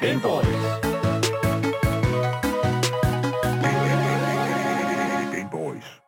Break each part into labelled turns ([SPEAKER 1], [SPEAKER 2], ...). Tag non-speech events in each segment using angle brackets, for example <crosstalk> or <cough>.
[SPEAKER 1] Gameboys.
[SPEAKER 2] Game Boys.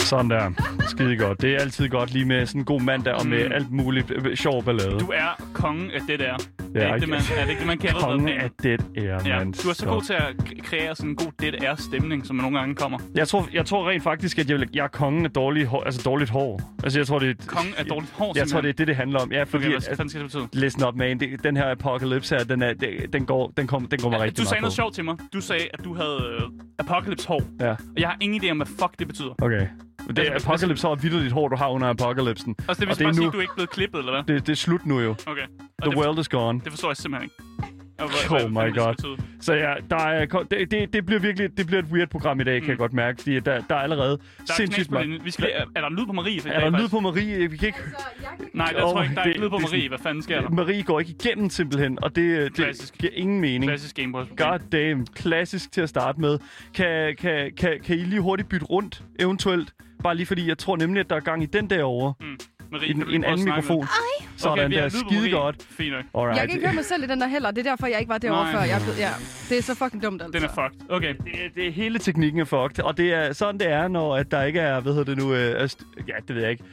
[SPEAKER 3] Sådan der. Skide godt. Det er altid godt lige med sådan en god mandag og med
[SPEAKER 4] Mm.
[SPEAKER 3] alt muligt øh, sjov ballade.
[SPEAKER 4] Du er kongen af det der. Ja, er,
[SPEAKER 3] jeg-
[SPEAKER 4] ikke det, man, er det ikke det, man kalder
[SPEAKER 3] Kongen
[SPEAKER 4] det?
[SPEAKER 3] af det er,
[SPEAKER 4] Ja,
[SPEAKER 3] man.
[SPEAKER 4] du er så god til at k- kreere sådan en god det er stemning, som nogle gange kommer.
[SPEAKER 3] Jeg tror, jeg tror rent faktisk, at jeg, vil, jeg er kongen af dårlig hår, altså dårligt hår. Altså, jeg tror, det er...
[SPEAKER 4] Kongen af dårligt hår,
[SPEAKER 3] Jeg tror, det er
[SPEAKER 4] simpelthen.
[SPEAKER 3] det, det handler om. Ja, fordi...
[SPEAKER 4] Okay, hvad
[SPEAKER 3] at-
[SPEAKER 4] fanden skal det betyde?
[SPEAKER 3] Listen up, man. Det, den her apocalypse her, den, er, det, den, går, den, kom, den går mig
[SPEAKER 4] Ja,
[SPEAKER 3] rigtig
[SPEAKER 4] Du sagde
[SPEAKER 3] meget
[SPEAKER 4] noget sjovt til mig. Du sagde, at du havde øh, apocalypse hår.
[SPEAKER 3] på. Ja,
[SPEAKER 4] Og jeg har ingen idé om, hvad fuck det betyder.
[SPEAKER 3] okay. Det er
[SPEAKER 4] Altså,
[SPEAKER 3] apocalypse så er vildt dit hår, du har under apocalypsen.
[SPEAKER 4] Altså, det vil
[SPEAKER 3] Og det er
[SPEAKER 4] bare sige,
[SPEAKER 3] nu.
[SPEAKER 4] at du er ikke blevet klippet, eller hvad?
[SPEAKER 3] Det, det er slut nu jo.
[SPEAKER 4] Okay. Og
[SPEAKER 3] The
[SPEAKER 4] det,
[SPEAKER 3] world is gone.
[SPEAKER 4] det forstår jeg simpelthen ikke. Og hvad-
[SPEAKER 3] Oh
[SPEAKER 4] hvad fanden
[SPEAKER 3] my
[SPEAKER 4] det skal
[SPEAKER 3] God.
[SPEAKER 4] betyde.
[SPEAKER 3] Så ja, der er, ko- det, det, det, bliver virkelig det bliver et weird program i dag, kan jeg godt mærke. Fordi der, der er allerede
[SPEAKER 4] Mm. Der er knas
[SPEAKER 3] sindssygt
[SPEAKER 4] på
[SPEAKER 3] mange...
[SPEAKER 4] linjen. Vi skal, er, er der lyd på Marie?
[SPEAKER 3] Er der lyd på Marie? Vi kan ikke...
[SPEAKER 5] Så jeg kan
[SPEAKER 4] Nej, jeg tror
[SPEAKER 3] Åh,
[SPEAKER 4] ikke, der er
[SPEAKER 3] det-
[SPEAKER 4] ikke lyd på
[SPEAKER 3] det er
[SPEAKER 4] Marie. Hvad fanden sker der?
[SPEAKER 3] Marie går ikke igennem simpelthen, og det, det
[SPEAKER 4] Klassisk.
[SPEAKER 3] giver ingen mening.
[SPEAKER 4] Klassisk Gameboy.
[SPEAKER 3] God damn, klassisk til at starte med. Kan, kan, kan, kan I lige hurtigt bytte rundt, eventuelt? Bare lige fordi, jeg tror nemlig, at der er gang i den derovre.
[SPEAKER 4] Marie, kan
[SPEAKER 3] En,
[SPEAKER 4] du lige
[SPEAKER 3] en
[SPEAKER 4] prøve at
[SPEAKER 3] anden
[SPEAKER 4] snakke
[SPEAKER 3] mikrofon.
[SPEAKER 4] lidt?
[SPEAKER 3] Sådan
[SPEAKER 4] vi har
[SPEAKER 3] der,
[SPEAKER 4] lyd på
[SPEAKER 3] skide
[SPEAKER 4] Marie.
[SPEAKER 3] godt.
[SPEAKER 4] Fint nok.
[SPEAKER 3] Alright.
[SPEAKER 5] Jeg kan ikke høre mig selv i den der heller. Det er derfor, jeg ikke var derovre
[SPEAKER 4] Nej.
[SPEAKER 5] før. Jeg er blevet, ja. Det er så fucking dumt, altså.
[SPEAKER 4] Den er fucked. Okay.
[SPEAKER 3] Det, det, hele teknikken er fucked, og det er sådan, det er, når at der ikke er, hvad hedder det nu, øh, ast- ja, det ved jeg ikke.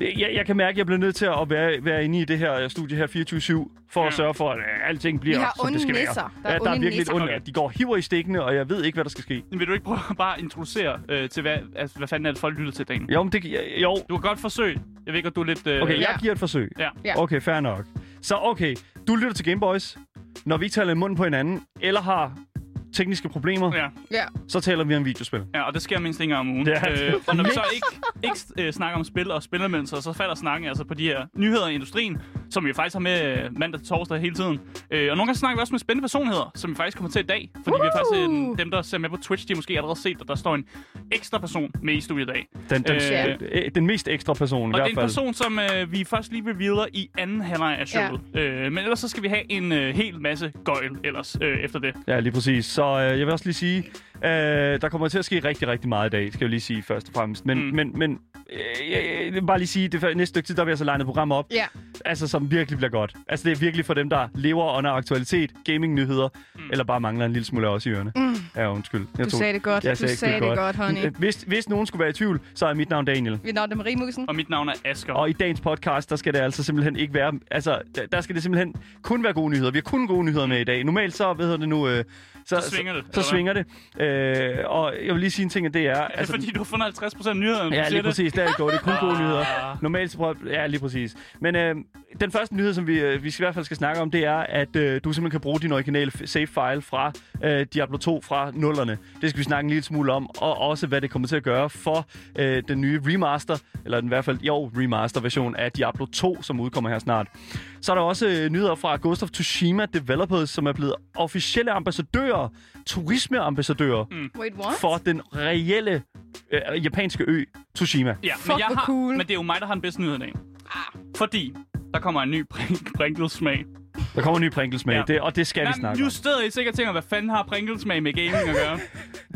[SPEAKER 3] Jeg, jeg kan mærke, at jeg bliver nødt til at være, være inde i det her studie her 24-7, for ja.
[SPEAKER 4] Ja.
[SPEAKER 3] at sørge for, at øh, alting
[SPEAKER 5] Vi
[SPEAKER 3] bliver,
[SPEAKER 5] har
[SPEAKER 3] som
[SPEAKER 5] onde
[SPEAKER 3] det skal være.
[SPEAKER 5] nisser. Der er
[SPEAKER 3] ja, der er
[SPEAKER 5] onde
[SPEAKER 3] virkelig
[SPEAKER 5] nisser.
[SPEAKER 3] et ondt.
[SPEAKER 4] Okay.
[SPEAKER 3] De går og hiver i stikkene, og jeg ved ikke, hvad der skal ske.
[SPEAKER 4] Vil du ikke prøve at bare introducere øh, til, hvad, altså, hvad fanden er det, folk lytter til, Daniel?
[SPEAKER 3] Jo, men det, jo.
[SPEAKER 4] Du kan godt forsøge. Jeg ved godt, du er lidt... Øh,
[SPEAKER 3] Okay, jeg
[SPEAKER 5] Ja.
[SPEAKER 3] giver et forsøg.
[SPEAKER 4] Ja.
[SPEAKER 5] Ja.
[SPEAKER 3] Okay, fair nok. Så okay, du lytter til Gameboys. Når vi ikke taler i munden på hinanden, eller har tekniske problemer,
[SPEAKER 4] Ja,
[SPEAKER 5] Ja.
[SPEAKER 3] så taler vi om videospil.
[SPEAKER 4] ja, og det sker mindst en gang om ugen.
[SPEAKER 3] Ja.
[SPEAKER 4] Øh, og når vi så
[SPEAKER 3] <laughs>
[SPEAKER 4] ikke, ikke øh, snakker om spil og spilanmeldelser, så falder snakken altså på de her nyheder i industrien, som vi faktisk har med øh, mandag til torsdag hele tiden. Øh, og nogle gange snakker vi også med spændende personligheder, som vi faktisk kommer til i dag. Fordi vi er faktisk øh, dem, der ser med på Twitch, de har måske allerede set, at der står en ekstra person med i studiet i dag.
[SPEAKER 3] Den, den,
[SPEAKER 4] Ja.
[SPEAKER 3] øh, den mest ekstra person i
[SPEAKER 4] Og det
[SPEAKER 3] hvert
[SPEAKER 4] er
[SPEAKER 3] fald.
[SPEAKER 4] en person, som øh, vi først lige revealer i anden halvleg af showet. Ja. Øh, men ellers så skal vi have en øh, hel masse gøjl ellers øh, efter det.
[SPEAKER 3] Ja, lige præcis. Så øh, jeg vil også lige sige, øh, der kommer til at ske rigtig, rigtig meget i dag, skal jeg lige sige først og fremmest. Men,
[SPEAKER 4] Mm.
[SPEAKER 3] mm. men, men øh, jeg, jeg vil bare lige sige, det er næste stykke tid, der vil jeg så legnet program op,
[SPEAKER 5] Ja.
[SPEAKER 3] altså, som virkelig bliver godt. Altså, det er virkelig for dem, der lever under aktualitet, gaming-nyheder, mm. eller bare mangler en lille smule også i ørerne. Mm. Ja, undskyld. Jeg
[SPEAKER 5] Du sagde det godt.
[SPEAKER 3] Jeg
[SPEAKER 5] Du sagde
[SPEAKER 3] sgu
[SPEAKER 5] det godt, honey.
[SPEAKER 3] Øh, Hvis, hvis nogen skulle være i tvivl, så er mit navn Daniel.
[SPEAKER 5] Vi når det Marie Musen.
[SPEAKER 4] Og mit navn er Asger.
[SPEAKER 3] Og i dagens podcast, der skal det altså simpelthen ikke være... Altså, der- der skal det simpelthen kun være gode nyheder. Vi har kun gode nyheder med i dag. Normalt så, hvad hedder det nu... Øh, så,
[SPEAKER 4] Så svinger det,
[SPEAKER 3] Så,
[SPEAKER 4] eller
[SPEAKER 3] så svinger det. Øh, og jeg vil lige sige en ting, at det er...
[SPEAKER 4] Er det altså, fordi, du har fundet 50 procent nyheder,
[SPEAKER 3] Ja, lige præcis. Der er det gået. Det er kun gode
[SPEAKER 4] Ah.
[SPEAKER 3] nyheder. Normalt så prøver Ja, lige præcis. Men øh, den første nyhed, som vi, øh, vi skal i hvert fald skal snakke om, det er, at øh, du simpelthen kan bruge din originale f- save file fra øh, Diablo 2 fra nullerne. Det skal vi snakke en lille smule om, og også hvad det kommer til at gøre for øh, den nye remaster, eller den i hvert fald, jo, remaster-version af Diablo 2, som udkommer her snart. Så er der også øh, nyheder fra Ghost of Tsushima Developers, som er blevet officielle ambassadører, turismeambassadører, mm.
[SPEAKER 5] Wait, what?
[SPEAKER 3] for den reelle øh, japanske ø, Tsushima.
[SPEAKER 4] Ja,
[SPEAKER 5] Fuck,
[SPEAKER 4] men, jeg
[SPEAKER 5] hvor
[SPEAKER 4] har,
[SPEAKER 5] cool. Ah.
[SPEAKER 4] men det er jo mig, der har den bedste nyhed i dag. Fordi der kommer en ny prink- Pringles-smag.
[SPEAKER 3] Der kommer en ny Pringles med,
[SPEAKER 4] Ja.
[SPEAKER 3] ja. det, og det skal Nej, vi
[SPEAKER 4] Nej,
[SPEAKER 3] snakke
[SPEAKER 4] nu
[SPEAKER 3] om.
[SPEAKER 4] steder I sikkert tænker, hvad fanden har Pringles-smag med gaming at gøre?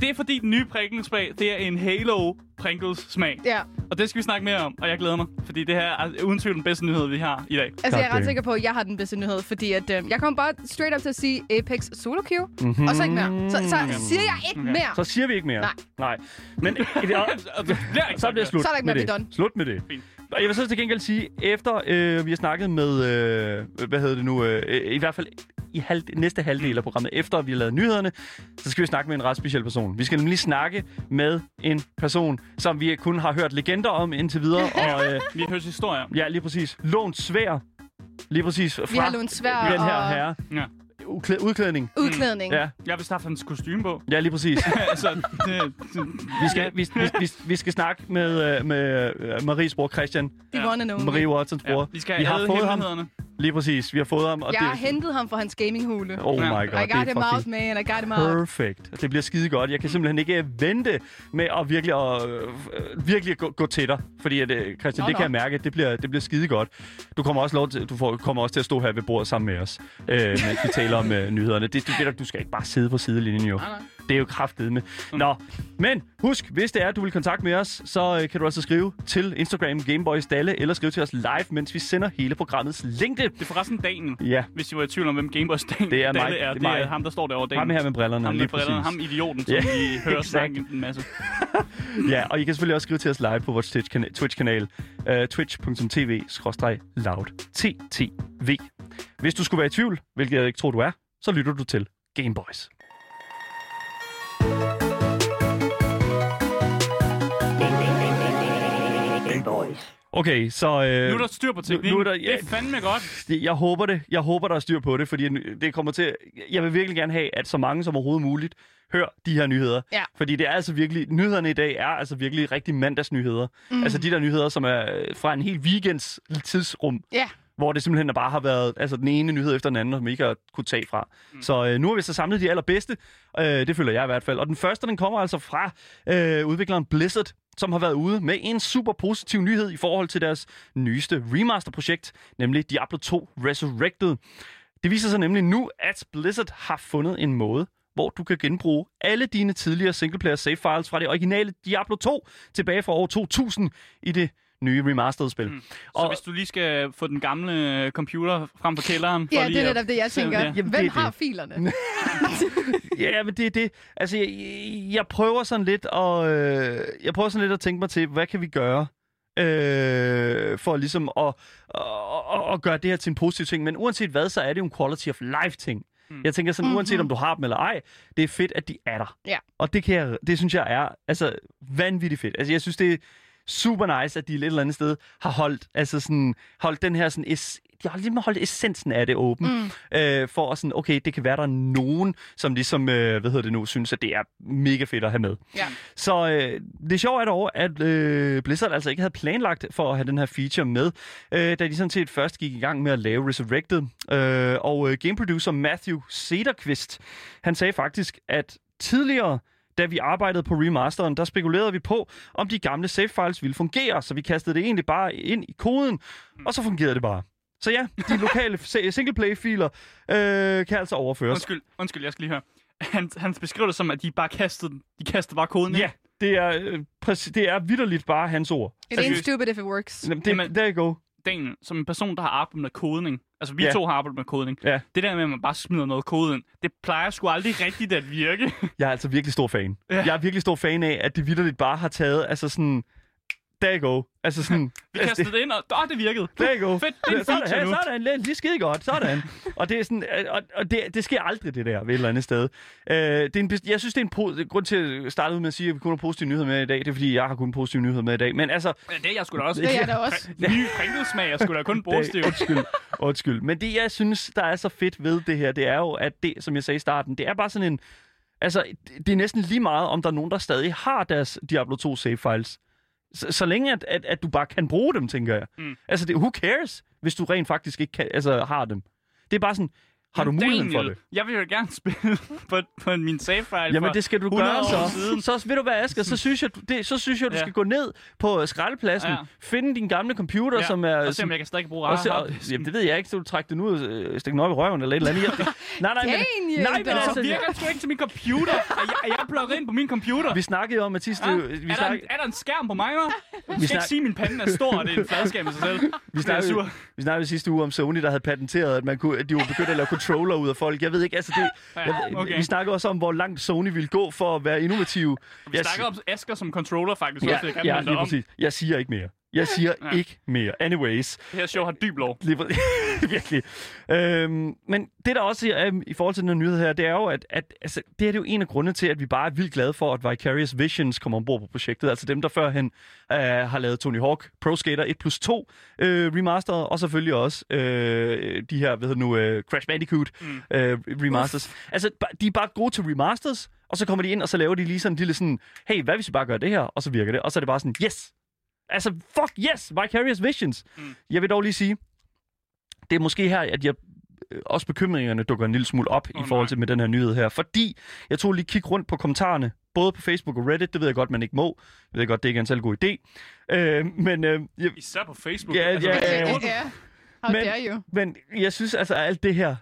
[SPEAKER 4] det er fordi, den nye Pringles-smag, det er en Halo Pringles-smag.
[SPEAKER 5] Ja.
[SPEAKER 4] Og det skal vi snakke mere om, og jeg glæder mig. Fordi det her er uden tvivl den bedste nyhed, vi har i dag.
[SPEAKER 5] Altså, jeg er
[SPEAKER 3] Goddamn.
[SPEAKER 5] ret sikker på, at jeg har den bedste nyhed, fordi at, øh, jeg kom bare straight up til at sige Apex solo queue, mm-hmm. og så ikke mere. Så, så siger jeg ikke
[SPEAKER 4] Okay.
[SPEAKER 5] mere.
[SPEAKER 3] Mm. Så siger vi ikke mere.
[SPEAKER 5] Nej.
[SPEAKER 3] Nej. Men
[SPEAKER 5] <laughs>
[SPEAKER 4] Og altså, det bliver ikke
[SPEAKER 3] så bliver
[SPEAKER 4] sådan
[SPEAKER 3] det slut
[SPEAKER 5] Så er der ikke
[SPEAKER 3] med
[SPEAKER 5] mere,
[SPEAKER 3] det.
[SPEAKER 5] vi er done.
[SPEAKER 3] Slut med det.
[SPEAKER 4] Fint.
[SPEAKER 3] Og jeg vil så til gengæld sige, efter øh, vi har snakket med, øh, hvad hedder det nu, øh, i hvert fald i halv, næste halvdel af programmet, efter vi har lavet nyhederne, så skal vi snakke med en ret speciel person. Vi skal nemlig snakke med en person, som vi kun har hørt legender om indtil videre, og øh,
[SPEAKER 4] Vi hører historier.
[SPEAKER 3] ja, lige præcis, lånt svær, lige præcis fra
[SPEAKER 5] Vi har lånt svær
[SPEAKER 3] den her
[SPEAKER 5] og
[SPEAKER 3] herre.
[SPEAKER 4] Ja.
[SPEAKER 3] Uklæ- udklædning.
[SPEAKER 5] udklædning.
[SPEAKER 3] Ja,
[SPEAKER 4] Jeg har vist haft hans kostume på.
[SPEAKER 3] ja, lige præcis.
[SPEAKER 4] <laughs> altså, det, det,
[SPEAKER 3] Vi skal, vi, vi, vi, vi skal snakke med, øh, med øh, Maries bror Christian.
[SPEAKER 5] De
[SPEAKER 4] Ja.
[SPEAKER 5] wanna know me.
[SPEAKER 3] Marie Watsons
[SPEAKER 4] ja,
[SPEAKER 3] bror.
[SPEAKER 4] vi skal
[SPEAKER 3] vi har
[SPEAKER 4] have alle
[SPEAKER 3] fået ham.
[SPEAKER 4] hemmelighederne.
[SPEAKER 3] Lige præcis. Vi har fået ham. Og
[SPEAKER 5] Jeg har
[SPEAKER 3] det,
[SPEAKER 5] hentet ham fra hans gaminghule.
[SPEAKER 3] oh my
[SPEAKER 4] Ja.
[SPEAKER 3] god,
[SPEAKER 4] I
[SPEAKER 5] I got
[SPEAKER 3] det er
[SPEAKER 5] him out,
[SPEAKER 3] fucking
[SPEAKER 5] man. I got him out.
[SPEAKER 3] perfect. Det bliver skide godt. Jeg kan simpelthen ikke øh, vente med at virkelig, at, øh, øh, virkelig at gå, gå til dig. Fordi at, øh, Christian,
[SPEAKER 5] Nå,
[SPEAKER 3] det
[SPEAKER 5] nå.
[SPEAKER 3] kan jeg mærke, at det bliver, det bliver skide godt. Du kommer også, lov til, du får, kommer også til at stå her ved bordet sammen med os, øh, mens vi taler om øh, nyhederne. Det, det, det, du skal ikke bare sidde på sidelinjen jo.
[SPEAKER 4] Nej, nej.
[SPEAKER 3] Det er jo kraftedeme. Nå, men husk, hvis det er, at du vil kontakte med os, så øh, kan du altså skrive til Instagram Gameboys Dalle, eller skrive til os live, mens vi sender hele programmets længde.
[SPEAKER 4] Det er forresten Daniel.
[SPEAKER 3] Ja.
[SPEAKER 4] Hvis I var i tvivl om, hvem Gameboys Daniel
[SPEAKER 3] Det er mig.
[SPEAKER 4] Dalle
[SPEAKER 3] Det
[SPEAKER 4] er.
[SPEAKER 3] er
[SPEAKER 4] Det er,
[SPEAKER 3] mig.
[SPEAKER 4] ham, der står derovre Daniel.
[SPEAKER 3] Ham her med brillerne.
[SPEAKER 4] ham med
[SPEAKER 3] lige
[SPEAKER 4] brillerne,
[SPEAKER 3] præcis.
[SPEAKER 4] ham idioten, som
[SPEAKER 3] Ja,
[SPEAKER 4] I hører
[SPEAKER 3] exakt.
[SPEAKER 4] snakke en masse.
[SPEAKER 3] Ja, og I kan selvfølgelig også skrive til os live på vores Twitch-kana- Twitch-kanal, uh, twitch.tv-loudttv. Hvis du skulle være i tvivl, hvilket jeg ikke tror, du er, så lytter du til Gameboys. Okay, så... Øh,
[SPEAKER 4] Nu er der styr på teknikken.
[SPEAKER 3] nu er der- ja.
[SPEAKER 4] Det er fandme godt.
[SPEAKER 3] det- jeg håber det. Jeg håber, der er styr på det, fordi det kommer til... Jeg vil virkelig gerne have, at så mange som overhovedet muligt hører de her nyheder.
[SPEAKER 5] Ja.
[SPEAKER 3] Fordi det er altså virkelig... Nyhederne i dag er altså virkelig rigtig mandagsnyheder. Mm. Altså de der nyheder, som er øh, fra en hel weekends tidsrum,
[SPEAKER 5] Ja.
[SPEAKER 3] hvor det simpelthen bare har været altså, den ene nyhed efter den anden, som vi ikke har kunne tage fra. Mm. Så øh, nu har vi så samlet de allerbedste. Øh, det føler jeg i hvert fald. Og den første, den kommer altså fra øh, udvikleren Blizzard, som har været ude med en super positiv nyhed i forhold til deres nyeste remasterprojekt, nemlig Diablo 2 Resurrected. Det viser sig nemlig nu, at Blizzard har fundet en måde, hvor du kan genbruge alle dine tidligere singleplayer save files fra det originale Diablo 2 tilbage fra år 2000 i det nye remasterede spil. Mm.
[SPEAKER 4] Så hvis du lige skal få den gamle øh, computer frem fra kælderen.
[SPEAKER 5] Ja,
[SPEAKER 4] for lige
[SPEAKER 5] det er
[SPEAKER 4] at-
[SPEAKER 5] netop det, jeg
[SPEAKER 4] Selv
[SPEAKER 5] tænker.
[SPEAKER 3] Jamen,
[SPEAKER 4] det.
[SPEAKER 3] det
[SPEAKER 5] Hvem
[SPEAKER 3] er det.
[SPEAKER 5] har
[SPEAKER 3] <laughs>
[SPEAKER 5] filerne?
[SPEAKER 3] Ja, men det er det. Altså, jeg, jeg prøver sådan lidt at, øh, jeg prøver sådan lidt at tænke mig til, hvad kan vi gøre øh, for ligesom at, at, at, at gøre det her til en positiv ting. Men uanset hvad, så er det jo en quality of life ting.
[SPEAKER 4] Mm.
[SPEAKER 3] Jeg tænker sådan,
[SPEAKER 5] Mhm.
[SPEAKER 3] uanset om du har dem eller ej, det er fedt, at de er der.
[SPEAKER 5] Ja.
[SPEAKER 3] Og det, kan jeg, det synes jeg er altså, vanvittigt fedt. Altså, jeg synes, det er super nice, at de et eller andet sted har holdt, altså sådan, holdt den her sådan, es, de har lige holdt essensen af det åben
[SPEAKER 5] Mm.
[SPEAKER 3] øh, for at sådan, okay, det kan være, der er nogen, som ligesom, øh, hvad hedder det nu, synes, at det er mega fedt at have med.
[SPEAKER 5] Ja.
[SPEAKER 3] Så øh, det sjove er dog, at øh, Blizzard altså ikke havde planlagt for at have den her feature med, øh, da de sådan set først gik i gang med at lave Resurrected. Øh, og øh, gameproducer Matthew Sederqvist, han sagde faktisk, at tidligere da vi arbejdede på remasteren, der spekulerede vi på, om de gamle save files ville fungere, så vi kastede det egentlig bare ind i koden, og så fungerede det bare. Så ja, de lokale <laughs> se- singleplay-filer øh, kan altså overføres.
[SPEAKER 4] Undskyld, undskyld, jeg skal lige høre. Han, han beskriver det som, at de bare kastede, den. de kastede bare koden. ind.
[SPEAKER 3] Ja, det er, øh, præcis, det er vidderligt bare hans ord.
[SPEAKER 5] It ain't stupid if it works.
[SPEAKER 3] Jamen,
[SPEAKER 4] Jamen-
[SPEAKER 3] det, there you go.
[SPEAKER 4] Daniel, som en person, der har arbejdet med kodning. Altså, vi
[SPEAKER 3] Ja.
[SPEAKER 4] yeah. to har arbejdet med kodning.
[SPEAKER 3] Ja.
[SPEAKER 4] Det der med, at man bare smider noget kode ind, det plejer sgu aldrig rigtigt at virke.
[SPEAKER 3] Jeg er altså virkelig stor fan.
[SPEAKER 4] Ja.
[SPEAKER 3] Jeg er virkelig stor fan af, at de vidderligt bare har taget, altså sådan, there you go. Altså sådan,
[SPEAKER 4] <laughs> Vi
[SPEAKER 3] altså,
[SPEAKER 4] kastede det ind, og åh, det virkede.
[SPEAKER 3] There you go. Altså,
[SPEAKER 4] Fedt, det er en
[SPEAKER 3] sådan,
[SPEAKER 4] feature
[SPEAKER 3] hey,
[SPEAKER 4] nu.
[SPEAKER 3] sådan, lige- lige skide godt,
[SPEAKER 4] <laughs>
[SPEAKER 3] sådan. og det, er sådan, øh, og, og det, det sker aldrig, det der, ved et eller andet sted. Øh, det er en, bes- jeg synes, det er en po- grund til at starte ud med at sige, at vi kun har positive nyheder med i dag. Det er, fordi jeg har kun positive nyheder med i dag. Men altså,
[SPEAKER 4] Ja, det er jeg skulle da også.
[SPEAKER 5] Det er jeg da også.
[SPEAKER 4] Nye pringelsmag, jeg skulle da kun bruge
[SPEAKER 3] det,
[SPEAKER 4] det.
[SPEAKER 3] undskyld, undskyld. Men det, jeg synes, der er så fedt ved det her, det er jo, at det, som jeg sagde i starten, det er bare sådan en... Altså, det er næsten lige meget, om der er nogen, der stadig har deres Diablo 2 save files. Så, så længe, at, at, at du bare kan bruge dem, tænker jeg.
[SPEAKER 4] Mm.
[SPEAKER 3] Mm. Altså, det, who cares, hvis du rent faktisk ikke kan, altså, har dem? Det er bare sådan, har du muligheden for det?
[SPEAKER 4] Jeg vil jo gerne spille på, på min save file.
[SPEAKER 3] Jamen, det skal du
[SPEAKER 4] 100
[SPEAKER 3] gøre
[SPEAKER 4] år
[SPEAKER 3] så.
[SPEAKER 4] siden.
[SPEAKER 3] Så ved du hvad, Asger, så synes jeg, du- det, så synes jeg du
[SPEAKER 4] Ja.
[SPEAKER 3] ja. skal gå ned på skraldepladsen,
[SPEAKER 4] Ja.
[SPEAKER 3] ja. finde din gamle computer,
[SPEAKER 4] Ja,
[SPEAKER 3] ja. som er...
[SPEAKER 4] Og se, om
[SPEAKER 3] som-
[SPEAKER 4] jeg kan stadig bruge
[SPEAKER 3] og så,
[SPEAKER 4] rare
[SPEAKER 3] og, jamen, det ved jeg ikke, så du træk den ud og øh, stik den op i røven eller et eller andet.
[SPEAKER 4] <laughs>
[SPEAKER 3] Jeg, nej, nej, men,
[SPEAKER 5] Daniel,
[SPEAKER 3] nej, men
[SPEAKER 5] dog.
[SPEAKER 4] Altså,
[SPEAKER 3] altså,
[SPEAKER 4] så virker det sgu ikke til min computer. Er jeg, er jeg plugget ind på min computer?
[SPEAKER 3] vi snakkede om, at sidste,
[SPEAKER 4] Ah,
[SPEAKER 3] vi,
[SPEAKER 4] er, der en,
[SPEAKER 3] snakkede,
[SPEAKER 4] er der en skærm på mig, hva'? Vi skal
[SPEAKER 3] snak-
[SPEAKER 4] ikke sige, at min pande er stor, og det er en fladskærm i sig selv.
[SPEAKER 3] vi, snakkede,
[SPEAKER 4] sur.
[SPEAKER 3] vi snakkede sidste uge om Sony, der havde patenteret, at, man kunne, at de var begyndt at lave controller ud af folk. Jeg ved ikke, altså det... Jeg,
[SPEAKER 4] Ja, okay.
[SPEAKER 3] Vi snakkede også om, hvor langt Sony ville gå for at være innovativ.
[SPEAKER 4] Vi snakker om Asger som controller, faktisk.
[SPEAKER 3] ja,
[SPEAKER 4] også, det kan
[SPEAKER 3] ja,
[SPEAKER 4] man da
[SPEAKER 3] lige
[SPEAKER 4] om.
[SPEAKER 3] præcis. Jeg siger ikke mere. Jeg siger
[SPEAKER 4] Ja.
[SPEAKER 3] ja. ikke mere. Anyways.
[SPEAKER 4] Det her show har dyb lov.
[SPEAKER 3] Lige præ- <laughs> Virkelig. Øhm, men det, der også er øhm, i forhold til den her nyhed her, det er jo, at, at altså, det her det er jo en af grundene til, at vi bare er vildt glade for, at Vicarious Visions kommer ombord på projektet. Altså dem, der førhen øh, har lavet Tony Hawk Pro Skater 1 plus 2 øh, remasteret, og selvfølgelig også øh, de her, hvad hedder det nu, øh, Crash Bandicoot
[SPEAKER 4] Mm.
[SPEAKER 3] mm. øh, remasters. Altså, ba- de er bare gode til remasters, og så kommer de ind, og så laver de lige sådan en lille sådan, hey, hvad hvis vi bare gør det her? Og så virker det, og så er det bare sådan, yes! Altså, fuck yes! Vicarious Visions!
[SPEAKER 4] Mm.
[SPEAKER 3] Mm. Jeg vil dog lige sige, det er måske her, at jeg øh, også bekymringerne dukker en lille smule op
[SPEAKER 4] Åh,
[SPEAKER 3] oh, i forhold
[SPEAKER 4] nej.
[SPEAKER 3] til med den her nyhed her. Fordi jeg tog lige kig rundt på kommentarerne, både på Facebook og Reddit. Det ved jeg godt, man ikke må. Jeg ved godt, det ikke er en særlig god idé. Øh, men, øh, jeg,
[SPEAKER 4] Især på Facebook. Altså,
[SPEAKER 3] Ja, ja,
[SPEAKER 4] hvad
[SPEAKER 3] ja.
[SPEAKER 4] laver du?
[SPEAKER 5] ja. How
[SPEAKER 3] Men-
[SPEAKER 5] dare you?
[SPEAKER 3] men jeg synes altså, at alt det her,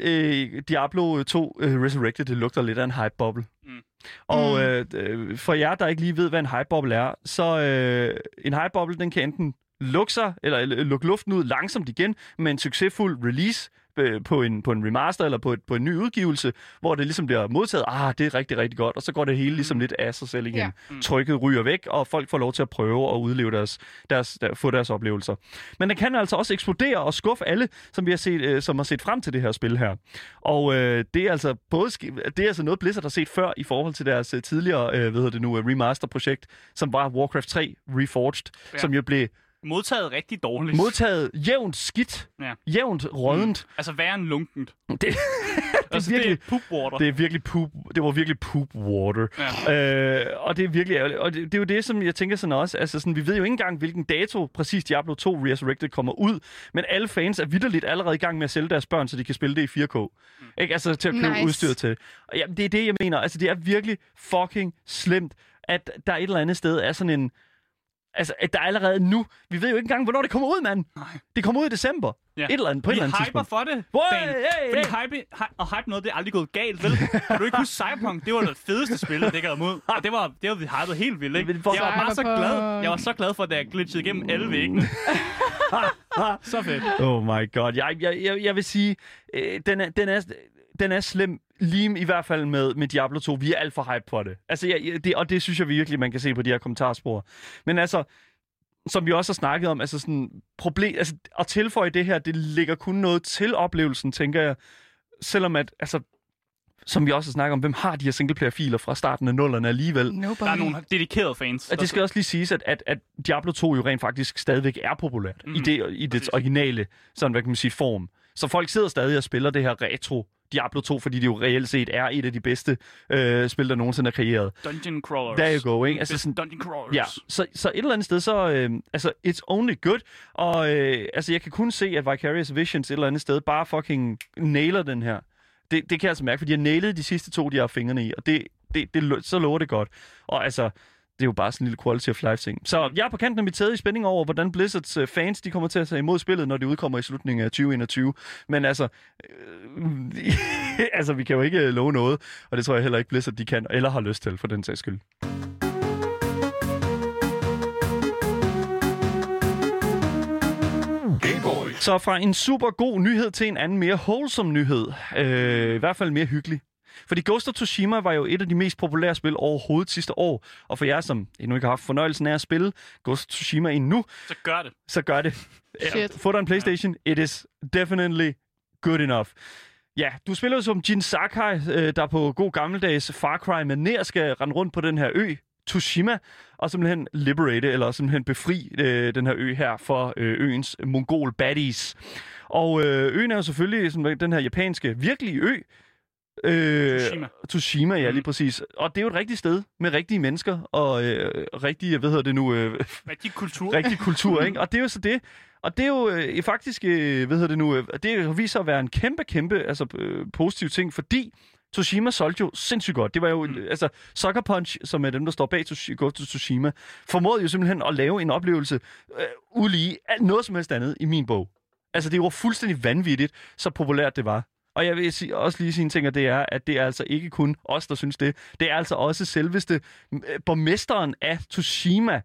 [SPEAKER 3] øh, Diablo 2 øh, Resurrected, det øh, lugter lidt af en hype-bubble.
[SPEAKER 4] Mm.
[SPEAKER 3] Mm. Og øh, øh, for jer, der ikke lige ved, hvad en highbubble er, så øh, en highbubble, den kan enten lukke sig, eller eller øh, lukke luften ud langsomt igen, med en succesfuld release øh, på en, på en remaster eller på, et, på en ny udgivelse, hvor det ligesom bliver modtaget, ah, det er rigtig, rigtig godt, og så går det hele ligesom lidt af sig selv igen.
[SPEAKER 5] Ja.
[SPEAKER 3] Ja. Trykket ryger væk, og folk får lov til at prøve og udleve deres, deres, der, få deres oplevelser. Men den kan altså også eksplodere og skuffe alle, som, vi har set, øh, som har set frem til det her spil her. Og øh, det er altså både ske- det er altså noget, Blizzard har set før i forhold til deres øh, tidligere øh, hvad hedder det nu, øh, remaster-projekt, som var Warcraft 3 Reforged, ja.
[SPEAKER 4] Ja.
[SPEAKER 3] som jo blev
[SPEAKER 4] Modtaget rigtig dårligt.
[SPEAKER 3] modtaget jævnt skidt,
[SPEAKER 4] Ja.
[SPEAKER 3] jævnt rådent.
[SPEAKER 4] Altså værre end lunkent.
[SPEAKER 3] Mm. Det, <laughs>
[SPEAKER 4] Altså,
[SPEAKER 3] virkelig-
[SPEAKER 4] det er poopwater.
[SPEAKER 3] Det er virkelig poop. Det var virkelig poop water. Ja. Øh, og det er virkelig ærgerligt. Og det, det, er jo det, som jeg tænker sådan også. Altså sådan, vi ved jo ikke engang, hvilken dato præcis Diablo 2 Resurrected kommer ud. Men alle fans er vidderligt allerede i gang med at sælge deres børn, så de kan spille det i 4K. Mm. Ikke? Altså til at købe nice.
[SPEAKER 5] Nice.
[SPEAKER 3] udstyr til. Og ja, det er det, jeg mener. Altså det er virkelig fucking slemt, at der et eller andet sted er sådan en... Altså, at der allerede nu... Vi ved jo ikke engang, hvornår det kommer ud, mand.
[SPEAKER 4] Nej.
[SPEAKER 3] Det kommer ud i december.
[SPEAKER 4] Ja.
[SPEAKER 3] Et eller andet, på et
[SPEAKER 4] Vi
[SPEAKER 3] eller andet
[SPEAKER 4] hyper
[SPEAKER 3] tidspunkt.
[SPEAKER 4] for det,
[SPEAKER 3] Wow,
[SPEAKER 4] Dan.
[SPEAKER 3] hey,
[SPEAKER 4] Fordi hype, hy- og hype noget, det er aldrig gået galt, vel? kan du ikke huske Cyberpunk? Det var det fedeste spil, der dækkede mod. Og det var, det var vi hypede helt vildt, ikke?
[SPEAKER 3] Men hvor-
[SPEAKER 4] Jeg var bare så
[SPEAKER 5] Cyberpunk.
[SPEAKER 4] glad. Jeg var så glad for, da jeg glitchede igennem alle
[SPEAKER 3] <laughs>
[SPEAKER 4] væggene. så fedt.
[SPEAKER 3] Oh my god. Jeg, jeg, jeg, jeg vil sige, øh, den, er, den, er, den er slem lige i hvert fald med, med Diablo 2. Vi er alt for hype på det. Altså, jeg, jeg- det. Og det synes jeg virkelig, man kan se på de her kommentarspor. Men altså, som vi også har snakket om, altså sådan, problem, altså, at tilføje det her, det ligger kun noget til oplevelsen, tænker jeg. Selvom at, altså, som vi også har snakket om, hvem har de her singleplayer-filer fra starten af nullerne alligevel?
[SPEAKER 5] Nobody.
[SPEAKER 4] Der er nogle dedikerede fans.
[SPEAKER 3] Og det skal også lige siges, at, at, at Diablo 2 jo rent faktisk stadigvæk er populært mm, i,
[SPEAKER 4] Mhm,
[SPEAKER 3] det, i dets
[SPEAKER 4] præcis.
[SPEAKER 3] originale sådan, hvad kan man sige, form. Så folk sidder stadig og spiller det her retro Diablo 2, fordi det jo reelt set er et af de bedste øh, spil, der nogensinde er kreeret.
[SPEAKER 4] Dungeon Crawlers.
[SPEAKER 3] There you go, ikke? Altså
[SPEAKER 4] Altså
[SPEAKER 3] sådan-
[SPEAKER 4] sådan... Dungeon Crawlers.
[SPEAKER 3] Ja, så, så et eller andet sted, så øh, altså, it's only good. Og øh, altså, jeg kan kun se, at Vicarious Visions et eller andet sted bare fucking nailer den her. Det, det kan jeg altså mærke, fordi jeg nailede de sidste to, de har fingrene i, og det, det, det, lo- så lover det godt. Og altså, det er jo bare sådan en lille quality of life ting. Så jeg er på kanten af mit tæde i spænding over, hvordan Blizzards øh, fans de kommer til at tage imod spillet, når det udkommer i slutningen af 2021. Men altså, øh, <laughs> altså, vi kan jo ikke øh, love noget, og det tror jeg heller ikke Blizzard de kan, eller har lyst til, for den sags skyld. Så fra en super god nyhed til en anden mere wholesome nyhed. Øh, I hvert fald mere hyggelig. Fordi Ghost of Tsushima var jo et af de mest populære spil overhovedet sidste år. Og for jer, som endnu ikke har haft fornøjelsen af at spille Ghost of Tsushima endnu,
[SPEAKER 4] Så gør det.
[SPEAKER 3] så gør det. Ja,
[SPEAKER 5] Shit.
[SPEAKER 3] Få dig en Playstation. It is definitely good enough. Ja, du spiller jo som Jin Sakai, øh, der på god gammeldags Far Cry maner skal rende rundt på den her ø, Tsushima, og simpelthen liberate, eller simpelthen befri øh, den her ø her for øh, øens mongol baddies. Og øh, øen er jo selvfølgelig sådan, den her japanske virkelige ø, Øh,
[SPEAKER 4] Tsushima.
[SPEAKER 3] Tsushima, ja, lige
[SPEAKER 4] Mm.
[SPEAKER 3] præcis. Og det er jo et rigtigt sted med rigtige mennesker og øh, rigtige, hvad hedder det nu, øh,
[SPEAKER 4] Rigtig kultur.
[SPEAKER 3] <laughs> rigtig kultur, ikke? Og det er jo så det. Og det er jo øh, faktisk, øh, hvad hedder det nu, øh, det har vist sig at være en kæmpe, kæmpe altså, øh, positiv ting, fordi Tsushima solgte jo sindssygt godt. Det var jo, mm. altså, Sucker Punch, som er dem, der står bag Tsush- Ghost of Tsushima, formåede jo simpelthen at lave en oplevelse øh, ulige alt noget som helst andet i min bog. Altså, det var fuldstændig vanvittigt, så populært det var. Og jeg vil sige, også lige sige en ting, og det er, at det er altså ikke kun os, der synes det. Det er altså også selveste øh, borgmesteren af Tsushima,